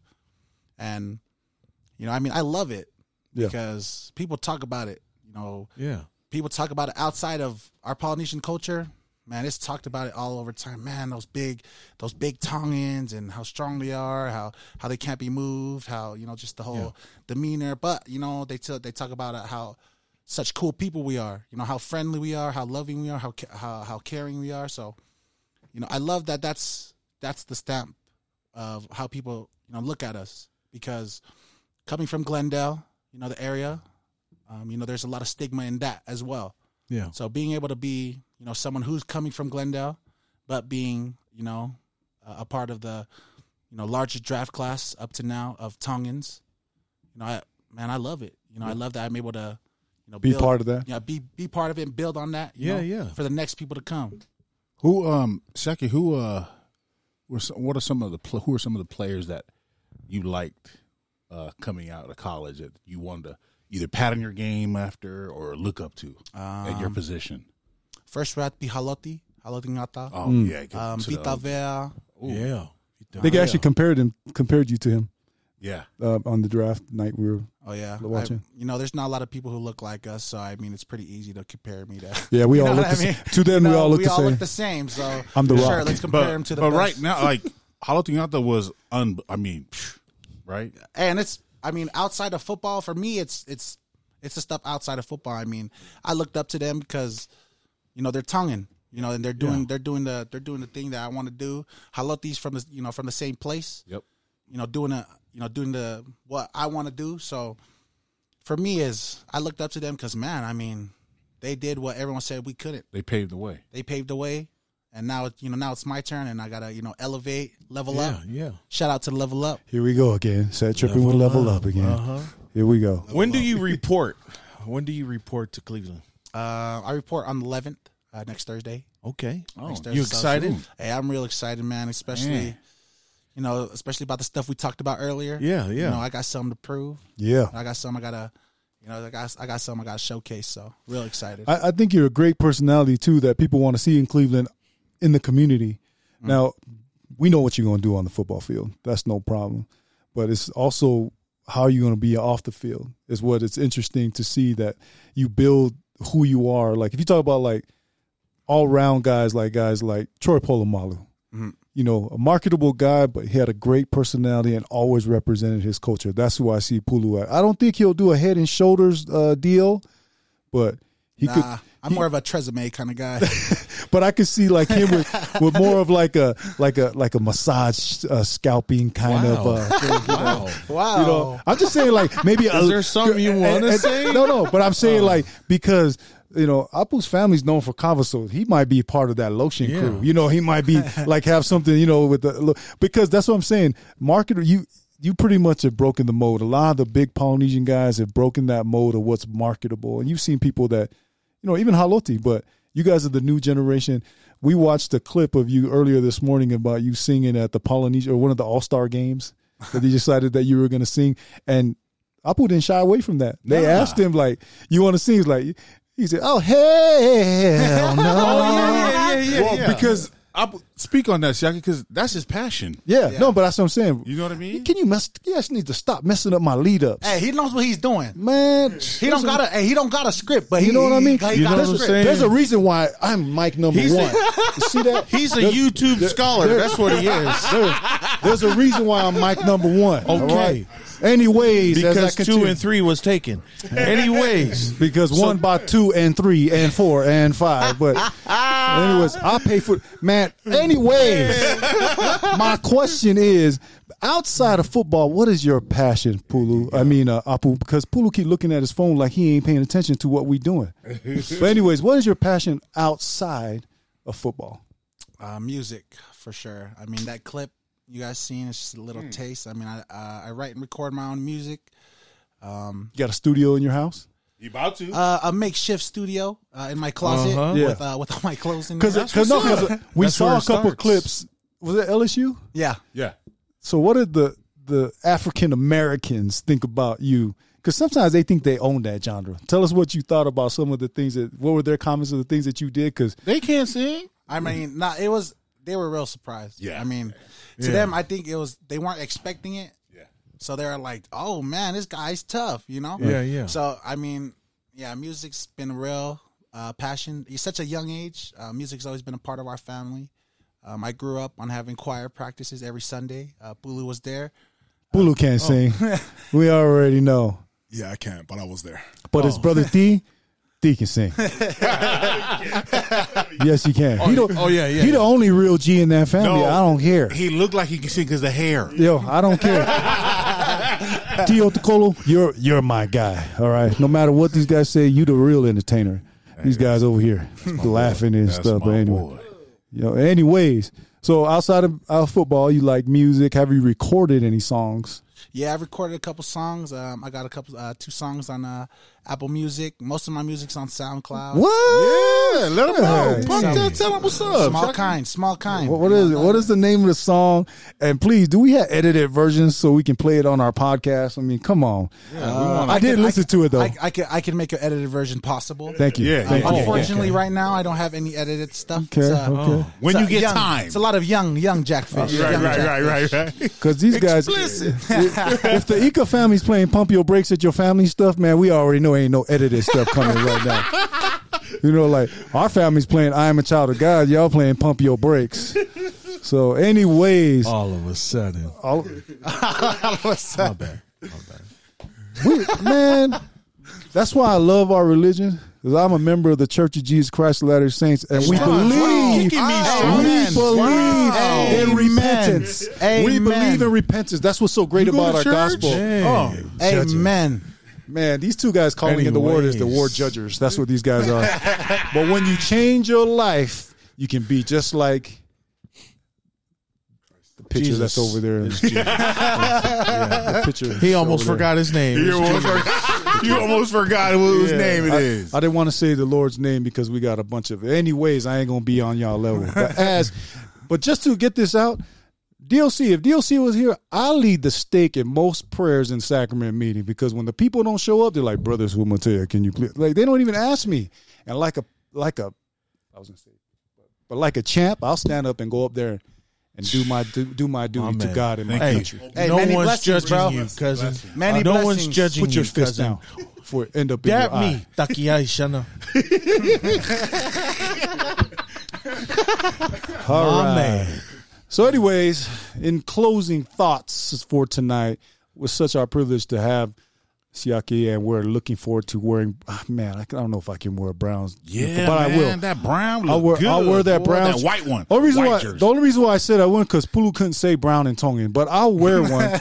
F: and you know, I mean, I love it
A: Yeah.
F: because people talk about it. You know,
E: Yeah.
F: people talk about it outside of our Polynesian culture. Man, it's talked about it all over time. Man, those big, those big Tongans and how strong they are, how how they can't be moved, how you know just the whole demeanor. But you know they t- they talk about uh, how such cool people we are. You know how friendly we are, how loving we are, how ca- how how caring we are. So, you know, I love that. That's that's the stamp of how people you know look at us because coming from Glendale, you know the area, um, you know there's a lot of stigma in that as well.
E: Yeah.
F: So being able to be, you know, someone who's coming from Glendale, but being, you know, a a part of the, you know, larger draft class up to now of Tongans, you know, I, man, I love it. You know, I love that I'm able to, you know,
A: Be part of that.
F: Yeah, be be part of it and build on that. you
E: Yeah,
F: know,
E: yeah.
F: For the next people to come.
C: Who, um, Shaki, who, uh, were some, what are some of the, pl- who are some of the players that you liked, uh, coming out of college that you wanted to either pattern your game after or look up to at your position?
F: First, we had Pihaloti, Haloti Ngata,
C: Oh, yeah. get
F: um,
C: to the-
F: Vita Vea.
E: Yeah.
A: They
F: Oh,
A: actually compared him, compared you to him
C: yeah.
A: uh, on the draft night. We were,
F: Oh yeah, I-
A: watching.
F: you know, there's not a lot of people who look like us, so I mean, it's pretty easy to compare me to.
A: yeah, we
F: You
A: all
F: know
A: looked
F: what
A: the
F: I
A: same.
F: mean?
A: To them, we
F: No,
A: all looked the
F: all
A: same.
F: look the same. So
A: I'm The
F: sure.
A: Rock.
F: Let's compare him to the
C: but
F: best.
C: right now, like Halotinata was un. I mean, phew, right?
F: and it's I mean outside of football for me it's it's it's the stuff outside of football. I mean I looked up to them because you know they're tonguing you know and they're doing they're doing the they're doing the thing that I want to do. Haloti's from the you know from the same place.
C: Yep.
F: You know doing a you know doing the what I want to do. So for me is I looked up to them because man I mean they did what everyone said we couldn't.
C: They paved the way.
F: They paved the way. And now you know now it's my turn, and I gotta you know elevate, level
E: Yeah.
F: up.
E: Yeah.
F: Shout out to level up.
A: Here we go again. Set tripping with level up again.
F: Uh-huh.
A: Here we go.
E: When do you report? When do you report to Cleveland?
F: Uh, I report on the 11th uh, next Thursday.
E: Okay. Oh,
F: Next Thursday,
E: you
F: so
E: excited?
F: soon. Hey, I'm real excited, man. Especially, you know, especially about the stuff we talked about earlier.
E: Yeah, yeah.
F: You know, I got something to prove.
A: Yeah.
F: I got some. I gotta, you know, I got, I got some. I gotta showcase. So real excited.
A: I, I think you're a great personality too that people want to see in Cleveland in the community.
F: Mm.
A: Now, we know what you're going to do on the football field. That's no problem. But it's also how you're going to be off the field is what it's interesting to see that you build who you are. Like if you talk about like all round guys, like guys like Troy Polamalu, you know, a marketable guy, but he had a great personality and always represented his culture. That's who I see Pulu at. I don't think he'll do a head and shoulders uh, deal, but he could
F: Nah, I'm more of a Tresemme kind of guy.
A: but I could see like him with, with more of like a like a like a massage uh, scalping kind of. Uh, thing, you know?
F: wow.
A: You know, I'm just saying like maybe
E: Is there something you wanna
A: and-
E: say? Oh.
A: No, no, but I'm saying like because. You know, Apu's family's known for kava, so he might be part of that lotion crew. You know, he might be like have something. You know, with the look because that's what I'm saying. Marketer, you you pretty much have broken the mold. A lot of the big Polynesian guys have broken that mold of what's marketable, and you've seen people that you know, even Haloti, but you guys are the new generation. We watched a clip of you earlier this morning about you singing at the Polynesia or one of the All Star games that they decided that you were going to sing. And Apu didn't shy away from that. They asked him, like, you want to sing? He's like, he said, oh, hell no.
E: Oh,
C: yeah, yeah, yeah,
E: Well,
C: Because I speak on that, Shaki, because that's his passion.
A: yeah, no, but that's what I'm saying.
C: You know what I mean?
A: Can you mess? You guys need to stop messing up my lead ups.
F: Hey, he knows what he's doing.
A: Man,
F: He don't got a hey, he don't got a script, but he,
A: You know what I mean?
F: He, he
E: You know
F: got a
E: what I'm
F: script.
E: saying?
A: There's a reason why I'm Mike number
E: He's a-
A: one. you see that?
E: He's a YouTube scholar. That's what he is.
A: There- there's a reason why I'm Mike number one. all
E: Okay.
A: right? Anyways, as
E: Because
A: I continue,
E: two and three was taken. Anyways,
A: because one by two and three and four and five. But anyways, I pay for man. Anyways, my question is. Outside of football, what is your passion, Pulu? I mean, uh, Apu, because Pulu keep looking at his phone like he ain't paying attention to what we doing. but anyways, what is your passion outside of football?
F: Uh, music for sure. I mean that clip you guys seen it's just a little taste. I mean I uh, I write and record my own music.
A: You got a studio in your house?
C: You about to?
F: Uh, a makeshift studio uh, in my closet
E: Uh-huh.
A: Yeah.
F: with uh, with all my clothes in
A: Because
F: there.
A: no, 'cause we
E: That's
A: saw
E: where
A: a
E: it
A: couple
E: starts.
A: clips. Was it LSU?
F: yeah.
C: yeah.
A: So what did the the African Americans think about you? Because sometimes they think they own that genre. Tell us what you thought about some of the things that. What were their comments of the things that you did? Because
C: They can't sing.
F: I
A: Mm-hmm.
F: mean, nah, it was they were real surprised.
C: Yeah.
F: I mean, to them, I think it was they weren't expecting it,
C: Yeah.
F: so they're like, "Oh man, this guy's tough," you know.
E: Yeah, yeah.
F: So I mean, yeah, music's been a real uh, passion. At such a young age, uh, music's always been a part of our family. Um, I grew up on having choir practices every Sunday. Uh, Bulu was there.
A: Bulu can't
E: Oh.
A: sing. we already know.
B: Yeah, I can't, but I was there.
A: But
E: Oh.
A: his brother D, D can sing. yes, he can. he the-
E: oh, yeah, yeah,
A: He
E: yeah.
A: the only real G in that family.
C: No.
A: I don't care.
C: He looked like he can sing because the hair.
A: Yo, I don't care. Tio Tocolo, you're you're my guy. All right. No matter what these guys say, you the real entertainer. These guys over here laughing and
C: That's
A: stuff.
C: my
A: But anyway,
C: boy.
A: you know, anyways. So outside of uh, football, you like music. Have you recorded any songs?
F: Yeah, I recorded a couple songs. Um, I got a couple, uh, two songs on uh, Apple Music. Most of my music's on SoundCloud.
A: What?
C: Yeah, let him know.
A: Yeah.
C: Punk that, tell him what's up.
F: Small
C: Shaq.
F: kind, small kind.
A: What, what is it? What is the name of the song? And please, do we have edited versions so we can play it on our podcast? I mean, come on. I did listen to it though.
F: I, I can I can make an edited version possible.
A: Thank you.
C: Yeah,
A: Thank
C: yeah.
A: you.
F: Unfortunately, right now I don't have any edited stuff.
A: Okay.
F: It's, uh,
A: Okay.
C: When
F: it's,
C: you
F: uh,
C: get
F: young-
C: time. Oh,
F: it's a lot of young young jackfish.
C: Right,
F: young
C: right,
F: jackfish.
C: right, right, right.
A: Because these guys, if, if the Eka family's playing "Pump Your Brakes" at your family stuff, man, we already know ain't no edited stuff coming right now. You know, like our family's playing "I Am a Child of God," y'all playing "Pump Your Brakes." So, anyways,
E: all of a sudden,
A: all-
E: my bad. My bad.
A: we, man, that's why I love our religion. Because I'm a member of the Church of Jesus Christ of Latter Saints, and we believe
E: Kicking me
A: We
E: strong.
A: believe in
F: Amen.
A: repentance. We
F: Amen.
A: believe in repentance. That's what's so great about
C: to
A: our
C: church?
A: gospel.
E: Oh,
F: Amen.
A: Man, these two guys calling in the word is the
E: Anyways.
A: war judgers. That's what these guys are. but when you change your life, you can be just like the picture
E: Jesus.
A: that's over there. The picture
E: he almost
A: over there.
E: forgot his name.
C: You almost forgot, you almost forgot whose name it
A: I,
C: is.
A: I didn't want to say the Lord's name because we got a bunch of. Anyways, I ain't gonna be on y'all level. But as, but just to get this out, DLC. If DLC was here, I lead the stake in most prayers in sacrament meeting because when the people don't show up, they're like, "Brothers, who Matea, can you please?" Like they don't even ask me, and like a like a, I was gonna say, But like a champ, I'll stand up and go up there and do my do, do my duty to
E: man.
A: God and my
E: Hey,
A: country.
F: Hey,
E: no
F: many
E: one's
F: blessings,
E: judging
F: bro.
E: you, cousin. Uh,
F: Many
E: no one's
F: blessings.
E: judging
A: Put your
E: you,
A: fist
E: cousin.
A: down before it end up in your
E: Dab
A: eye.
E: me, Takiya Shana.
A: All
E: My
A: right.
E: man.
A: So, anyways, in closing thoughts for tonight, it was such our privilege to have Siaki, and we're looking forward to wearing. ah, man, I can- I don't know if I can wear Browns,
C: Yeah,
A: but I
C: man,
A: will.
C: That brown.
A: I'll wear,
C: look
A: I'll
C: good,
A: wear that
C: boy,
A: brown.
C: That white one.
A: Only reason
C: white
A: why,
C: jersey.
A: the only reason why I said I wouldn't because Pulu couldn't say brown in Tongan, but I'll wear one.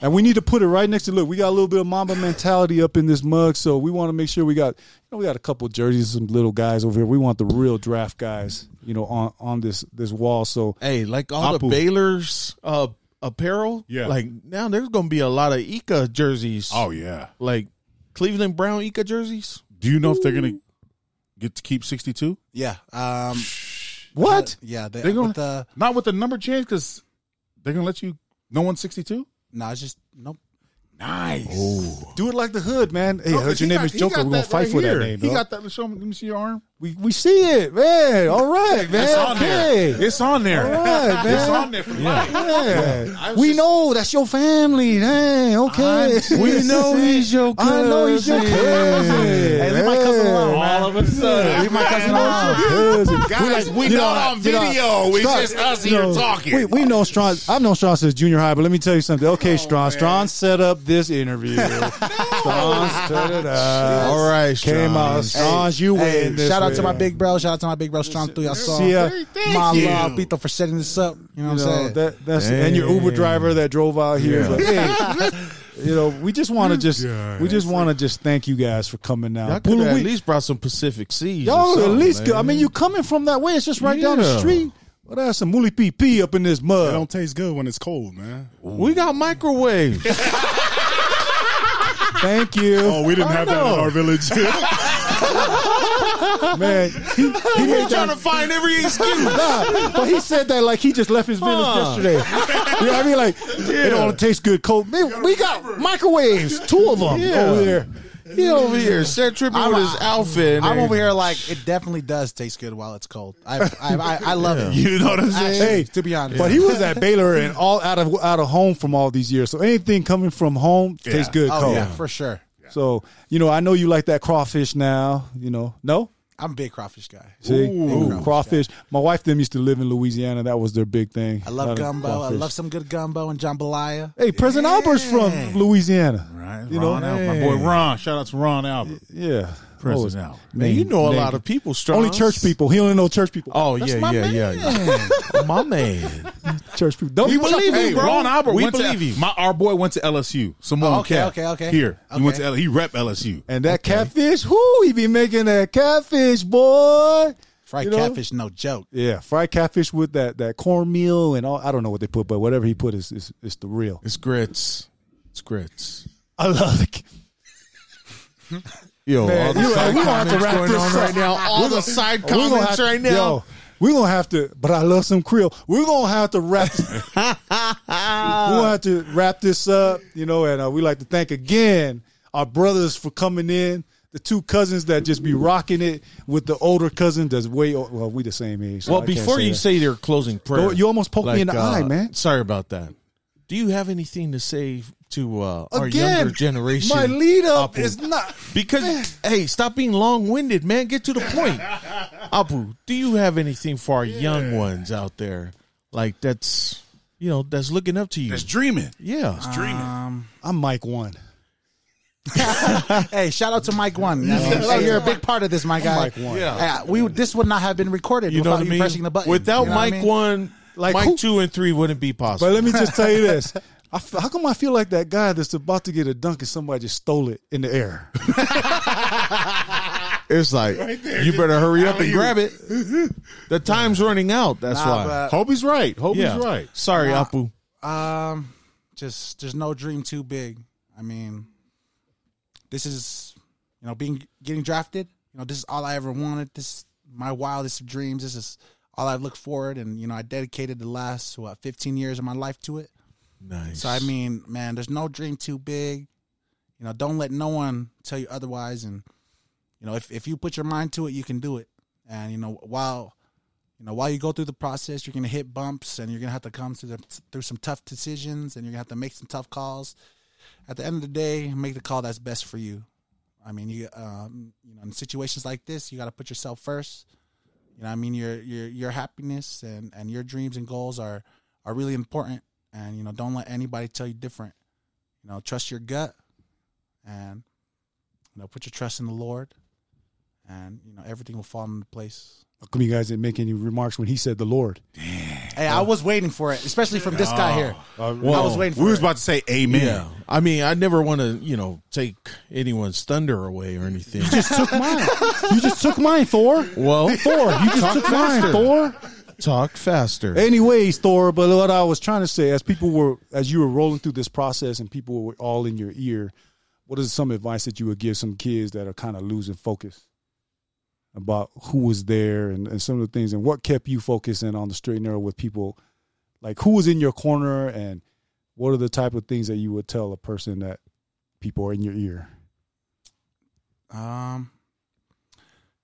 A: and we need to put it right next to look. We got a little bit of Mamba mentality up in this mug, so we want to make sure we got you know, we got a couple jerseys, some little guys over here. We want the real draft guys, you know, on, on this this wall. So
E: Hey, like all
A: Apu.
E: the Baylor's uh, apparel.
C: Yeah.
E: Like now, there's gonna be a lot of Ika jerseys.
C: Oh yeah.
E: like Cleveland Brown Ika jerseys.
C: Do you know if they're gonna get to keep sixty two?
F: Yeah. Um,
A: what?
F: yeah. They,
C: They're gonna
F: with the,
C: not with the number change because they're gonna let you. No one sixty two.
F: no, it's just, nope.
C: Nice.
A: Do it like the hood, man. Hey, I heard
C: 'cause
A: your
C: he
A: name
C: got-
A: is
C: he
A: Joker.
C: got
A: We're gonna
C: that
A: fight
C: right
A: for
C: here.
A: that name.
C: He
A: dog.
C: got that. Let show me. Let me see your arm.
A: we we see it, man. All right, man.
C: It's on
A: okay.
C: there. It's on there.
A: All right, man.
C: It's on there for life.
A: Yeah.
C: I was
A: We
C: just-
A: know that's your family. Dang, okay.
E: We know he's your
A: I know he's your cousin. Hey,
F: leave my cousin alone, man.
E: All of a sudden,
F: Leave my cousin alone.
C: Guys, we
A: you know,
C: not on
A: you know,
C: video. It's
A: Strauss-
C: just us
A: you
C: here
A: know,
C: talking.
A: We, we know Strawn. I've known Strawn since junior high, but let me tell you something. Okay,
C: Oh,
A: Strawn. Strawn set up this interview. Strawn set it up.
E: All right,
A: Came out. Strawn, you
F: Hey,
A: win. this
F: shout out to
A: way.
F: my big bro. Shout out to my big bro, Strong Three. I saw
A: See ya.
F: my
C: you.
F: love, Pito, for setting this up. You know what
A: You
F: I'm
A: know,
F: saying?
A: that, that's and your Uber driver that drove out here. Like, hey, you know, we just want to just we just want to just thank you guys for coming
E: I
A: out.
E: could
A: Pulu,
E: have
A: we-
E: at least brought some Pacific Seas. or
A: Y'all at
E: something,
A: least, I
E: man.
A: mean, you coming from that way? It's just right down the
E: Yeah.
A: street. Well, that's some mooly pee pee up in this
B: It
A: mud.
B: don't taste good when it's cold, man.
E: we got microwaves.
A: Thank you,
B: Oh, we didn't have that in our village.
A: man. He, he made that,
E: trying to find every excuse.
A: nah, but he said that like he just left his village
E: Huh.
A: yesterday. You know what I mean? Like it all tastes good cold. Man, we got microwaves, two of them
E: Yeah.
A: over there.
E: He over here, set tripping
F: I'm-
E: with his outfit. and
F: I'm over
E: everything.
F: here like it definitely does taste good while it's cold. I I, I, I love it.
C: You know what I'm saying?
F: Actually, to be honest,
A: But he was at Baylor and all out of out of home from all these years. So anything coming from home tastes good
F: oh
A: cold.
F: yeah, for sure.
A: So you know, I know you like that crawfish now. You know, no.
F: I'm a big crawfish guy.
A: See, Ooh, crawfish. My wife them used to live in Louisiana. That was their big thing.
F: I
A: A lot of
F: love gumbo. I
A: crawfish.
F: love some good gumbo and jambalaya.
A: Hey, President Albert's from Louisiana.
C: Right,
A: You know,
C: Ron Albert. My boy Ron. Shout out to Ron Albert.
A: Yeah, Oh,
C: President Albert.
E: Man, you know a
A: Name.
E: lot of people. Strong.
A: Only church people. He only know church people.
E: Oh yeah, yeah, yeah, yeah, My man.
A: church people. Don't
E: We believe
A: Hey,
E: you, bro.
C: Ron Albert
E: We
C: went
E: believe
C: to,
E: you.
C: My our boy went to LSU. Simone
F: Oh, okay,
C: Cat.
F: okay, okay.
C: Here, he went
F: Okay.
C: to L- he rep LSU.
A: And that catfish, whoo, he be making that catfish, boy.
F: Fried
A: You know?
F: catfish, no joke.
A: Yeah, fried catfish with that that cornmeal and all. I don't know what they put, but whatever he put is is, is the real.
E: It's grits. It's grits.
A: I love it.
E: Yo,
A: Man,
E: all the
A: you-
E: side
A: we gonna have to
E: comments
A: wrap
E: going
A: this
E: on
A: up.
E: right now. All the side
A: We're gonna
E: comments
A: have to-
E: right now.
A: yo, we're gonna have to, but I love some Creole. We're gonna have to wrap. we're gonna have to wrap this up, you know. And uh, we like to thank again our brothers for coming in. The two cousins that just be rocking it with the older cousin that's way o- well, we the same age. so
E: Well,
A: I can't
E: before you
A: that.
E: say your closing prayer,
A: Yo, you almost poked me in the eye,
E: uh,
A: man.
E: Sorry about that. Do you have anything to say to uh, our
A: Again,
E: younger generation?
A: my lead up
E: Apu?
A: is not.
E: because hey, stop being long winded, man. Get to the point. Abu, do you have anything for our young ones out there, like that's you know that's looking up to you?
C: That's dreaming.
E: yeah,
C: Dreaming.
A: I'm Mike One.
F: Hey, shout out to Mike One. You know what I'm saying? you're a big part of this, my guy.
A: Mike One.
F: Yeah. Hey, we this would not have been recorded
E: you know
F: without
E: what I
F: you
E: mean.
F: pressing the button.
E: Without
F: You know what I
E: Mike
F: mean?
E: one,
A: Like
E: Mike
A: who-
E: two and three wouldn't be possible.
A: But let me just tell you this. I f how come I feel like that guy that's about to get a dunk and somebody just stole it in the air?
E: It's like you better hurry up and grab it. The time's running out. That's
F: Nah,
E: why.
F: but-
C: Hope he's right. Hope
E: yeah.
C: he's right.
E: Sorry,
F: Nah.
E: Apu.
F: Um, just there's no dream too big. I mean, this is you know being getting drafted. You know, this is all I ever wanted. This is my wildest dreams. This is all I've looked forward, and you know I dedicated the last what 15 years of my life to it.
E: Nice.
F: So I mean, man, there's no dream too big. You know, don't let no one tell you otherwise. And you know, if if you put your mind to it, you can do it. And you know, while you know, while you go through the process, you're gonna hit bumps and you're gonna have to come through the, through some tough decisions and you're gonna have to make some tough calls. At the end of the day, make the call that's best for you. I mean, you um, you know, in situations like this, you got to put yourself first. You know, what I mean, your your your happiness and and your dreams and goals are are really important. And you know, don't let anybody tell you different. You know, trust your gut, and you know, put your trust in the Lord, and you know, everything will fall into place.
A: How come you guys didn't make any remarks when he said the Lord?
F: Hey, I was waiting for it, especially from this guy here. I was waiting for
C: Oh, We was
F: it.
C: about to say amen.
E: Yeah. I mean, I never want to, you know, take anyone's thunder away or anything.
A: took mine. You just took mine, Thor.
E: well,
A: Thor, you just took mine, Thor.
E: talk faster.
A: Anyways, Thor, but what I was trying to say, as people were, as you were rolling through this process and people were all in your ear, what is some advice that you would give some kids that are kind of losing focus about who was there and, and some of the things and what kept you focusing on the straight and narrow with people? Like, who was in your corner and what are the type of things that you would tell a person that people are in your ear?
F: Um,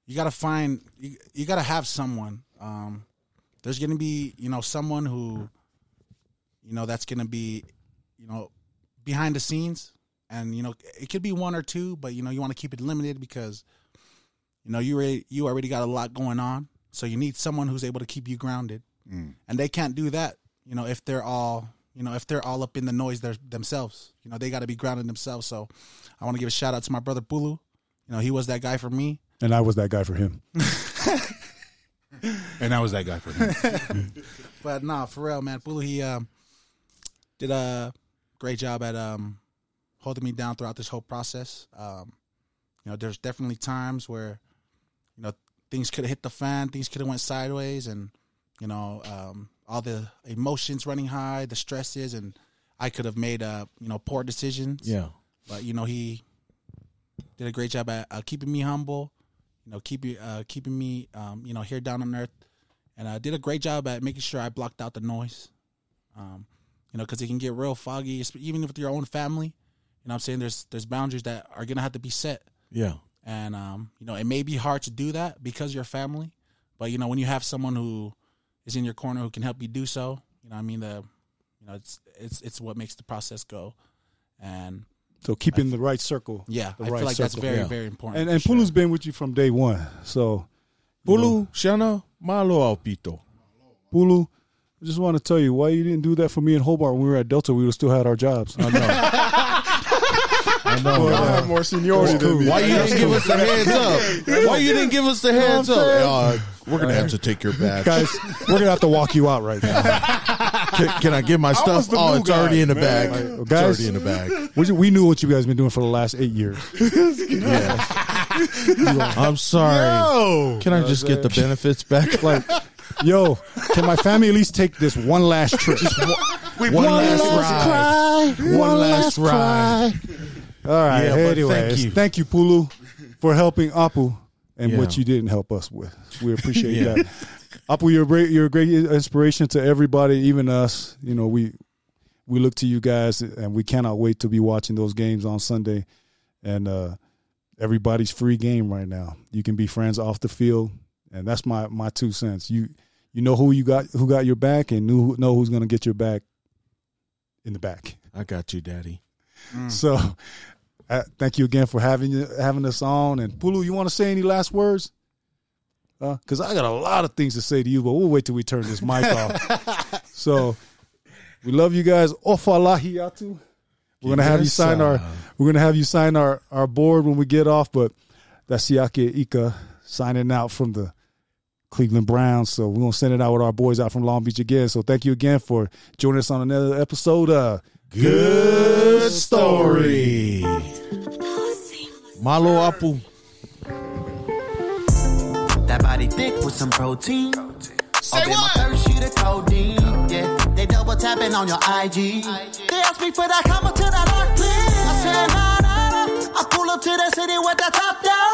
F: you gotta find you, you gotta have someone. Um, there's gonna be you know someone who, you know, that's gonna be, you know, behind the scenes, and you know it could be one or two, but you know you want to keep it limited because, you know, you already, you already got a lot going on, so you need someone who's able to keep you grounded, and they can't do that, you know, if they're all. You know, if they're all up in the noise their- themselves, you know, they got to be grounded themselves. So I want to give a shout out to my brother Bulu. You know, he was that guy for me.
A: And I was that guy for him.
C: And I was that guy for him.
F: But nah, for real, man, Bulu he um, did a great job at um, holding me down throughout this whole process. Um, you know, there's definitely times where you know things could have hit the fan, things could have went sideways, and you know um, all the emotions running high, the stresses, and I could have made uh, you know poor decisions.
E: Yeah.
F: but you know he did a great job at uh, keeping me humble you know keeping uh, keeping me um, you know here down on earth and uh, did a great job at making sure i blocked out the noise um, you know because it can get real foggy esp- even with your own family you know what i'm saying there's there's boundaries that are gonna have to be set
E: Yeah.
F: and um, you know it may be hard to do that because you're family but you know when you have someone who is in your corner who can help you do so you know what i mean the you know it's it's it's what makes the process go and
A: So keeping the right circle.
F: yeah,
A: the
F: I feel like that's very,
E: yeah.
F: very uh, important.
A: And, and
F: for sure.
A: Pulu's been with you from day one. So
E: Bulu, Shana, Malo Alpito.
A: Pulu, I just want to tell you why you didn't do that for me in Hobart when we were at Delta. We would still had our jobs.
E: I know. I know.
B: I have more seniority than me.
E: Why you didn't give us the heads up? Why you didn't give us the heads up? Uh, we're gonna have to take your badge.
A: Guys, we're gonna have to walk you out right now.
E: Can, can I get my stuff?
B: the
E: Oh,
B: new
E: it's already
B: guy,
E: in the
B: man.
E: bag.
A: Like,
E: It's
A: guys-
E: already in the bag.
A: We, ju- we knew what you guys been doing for the last eight years.
E: I'm sorry.
B: Yo,
E: Can I just get the benefits back?
A: Like, yo, can my family at least take this one last trip?
E: one, last, ride.
A: One,
E: last ride.
A: All right.
E: Yeah, but
A: anyways,
E: thank you.
A: thank you, Pulu, for helping Apu and what
E: Yeah.
A: you didn't help us with. We appreciate
E: Yeah.
A: that. Apu, you're a great, you're a great inspiration to everybody, even us. You know, we we look to you guys, and we cannot wait to be watching those games on Sunday. And uh, everybody's free game right now. You can be friends off the field, and that's my my two cents. You you know who you got who got your back, and knew, know who's going to get your back in the back.
E: I got you, Daddy.
A: So, uh, thank you again for having having us on. And Pulu, you want to say any last words? Because I got a lot of things to say to you, but we'll wait till we turn this mic off. So, we love you guys. Ofalahiyatu. We're gonna have you sign our. We're gonna have you sign our our board when we get off. But that's Siake Ika signing out from the. Cleveland Browns. So we're gonna send it out with our boys out from Long Beach again. So thank you again for joining us on another episode of
E: Good story. Malo Apu.
H: That body thick with some protein. Say what? my third sheet of codeine. Yeah, they double tapping on your IG. They asked me for that cover to that art clip. I said, nah, nah, nah. I pull up to the city with the top down.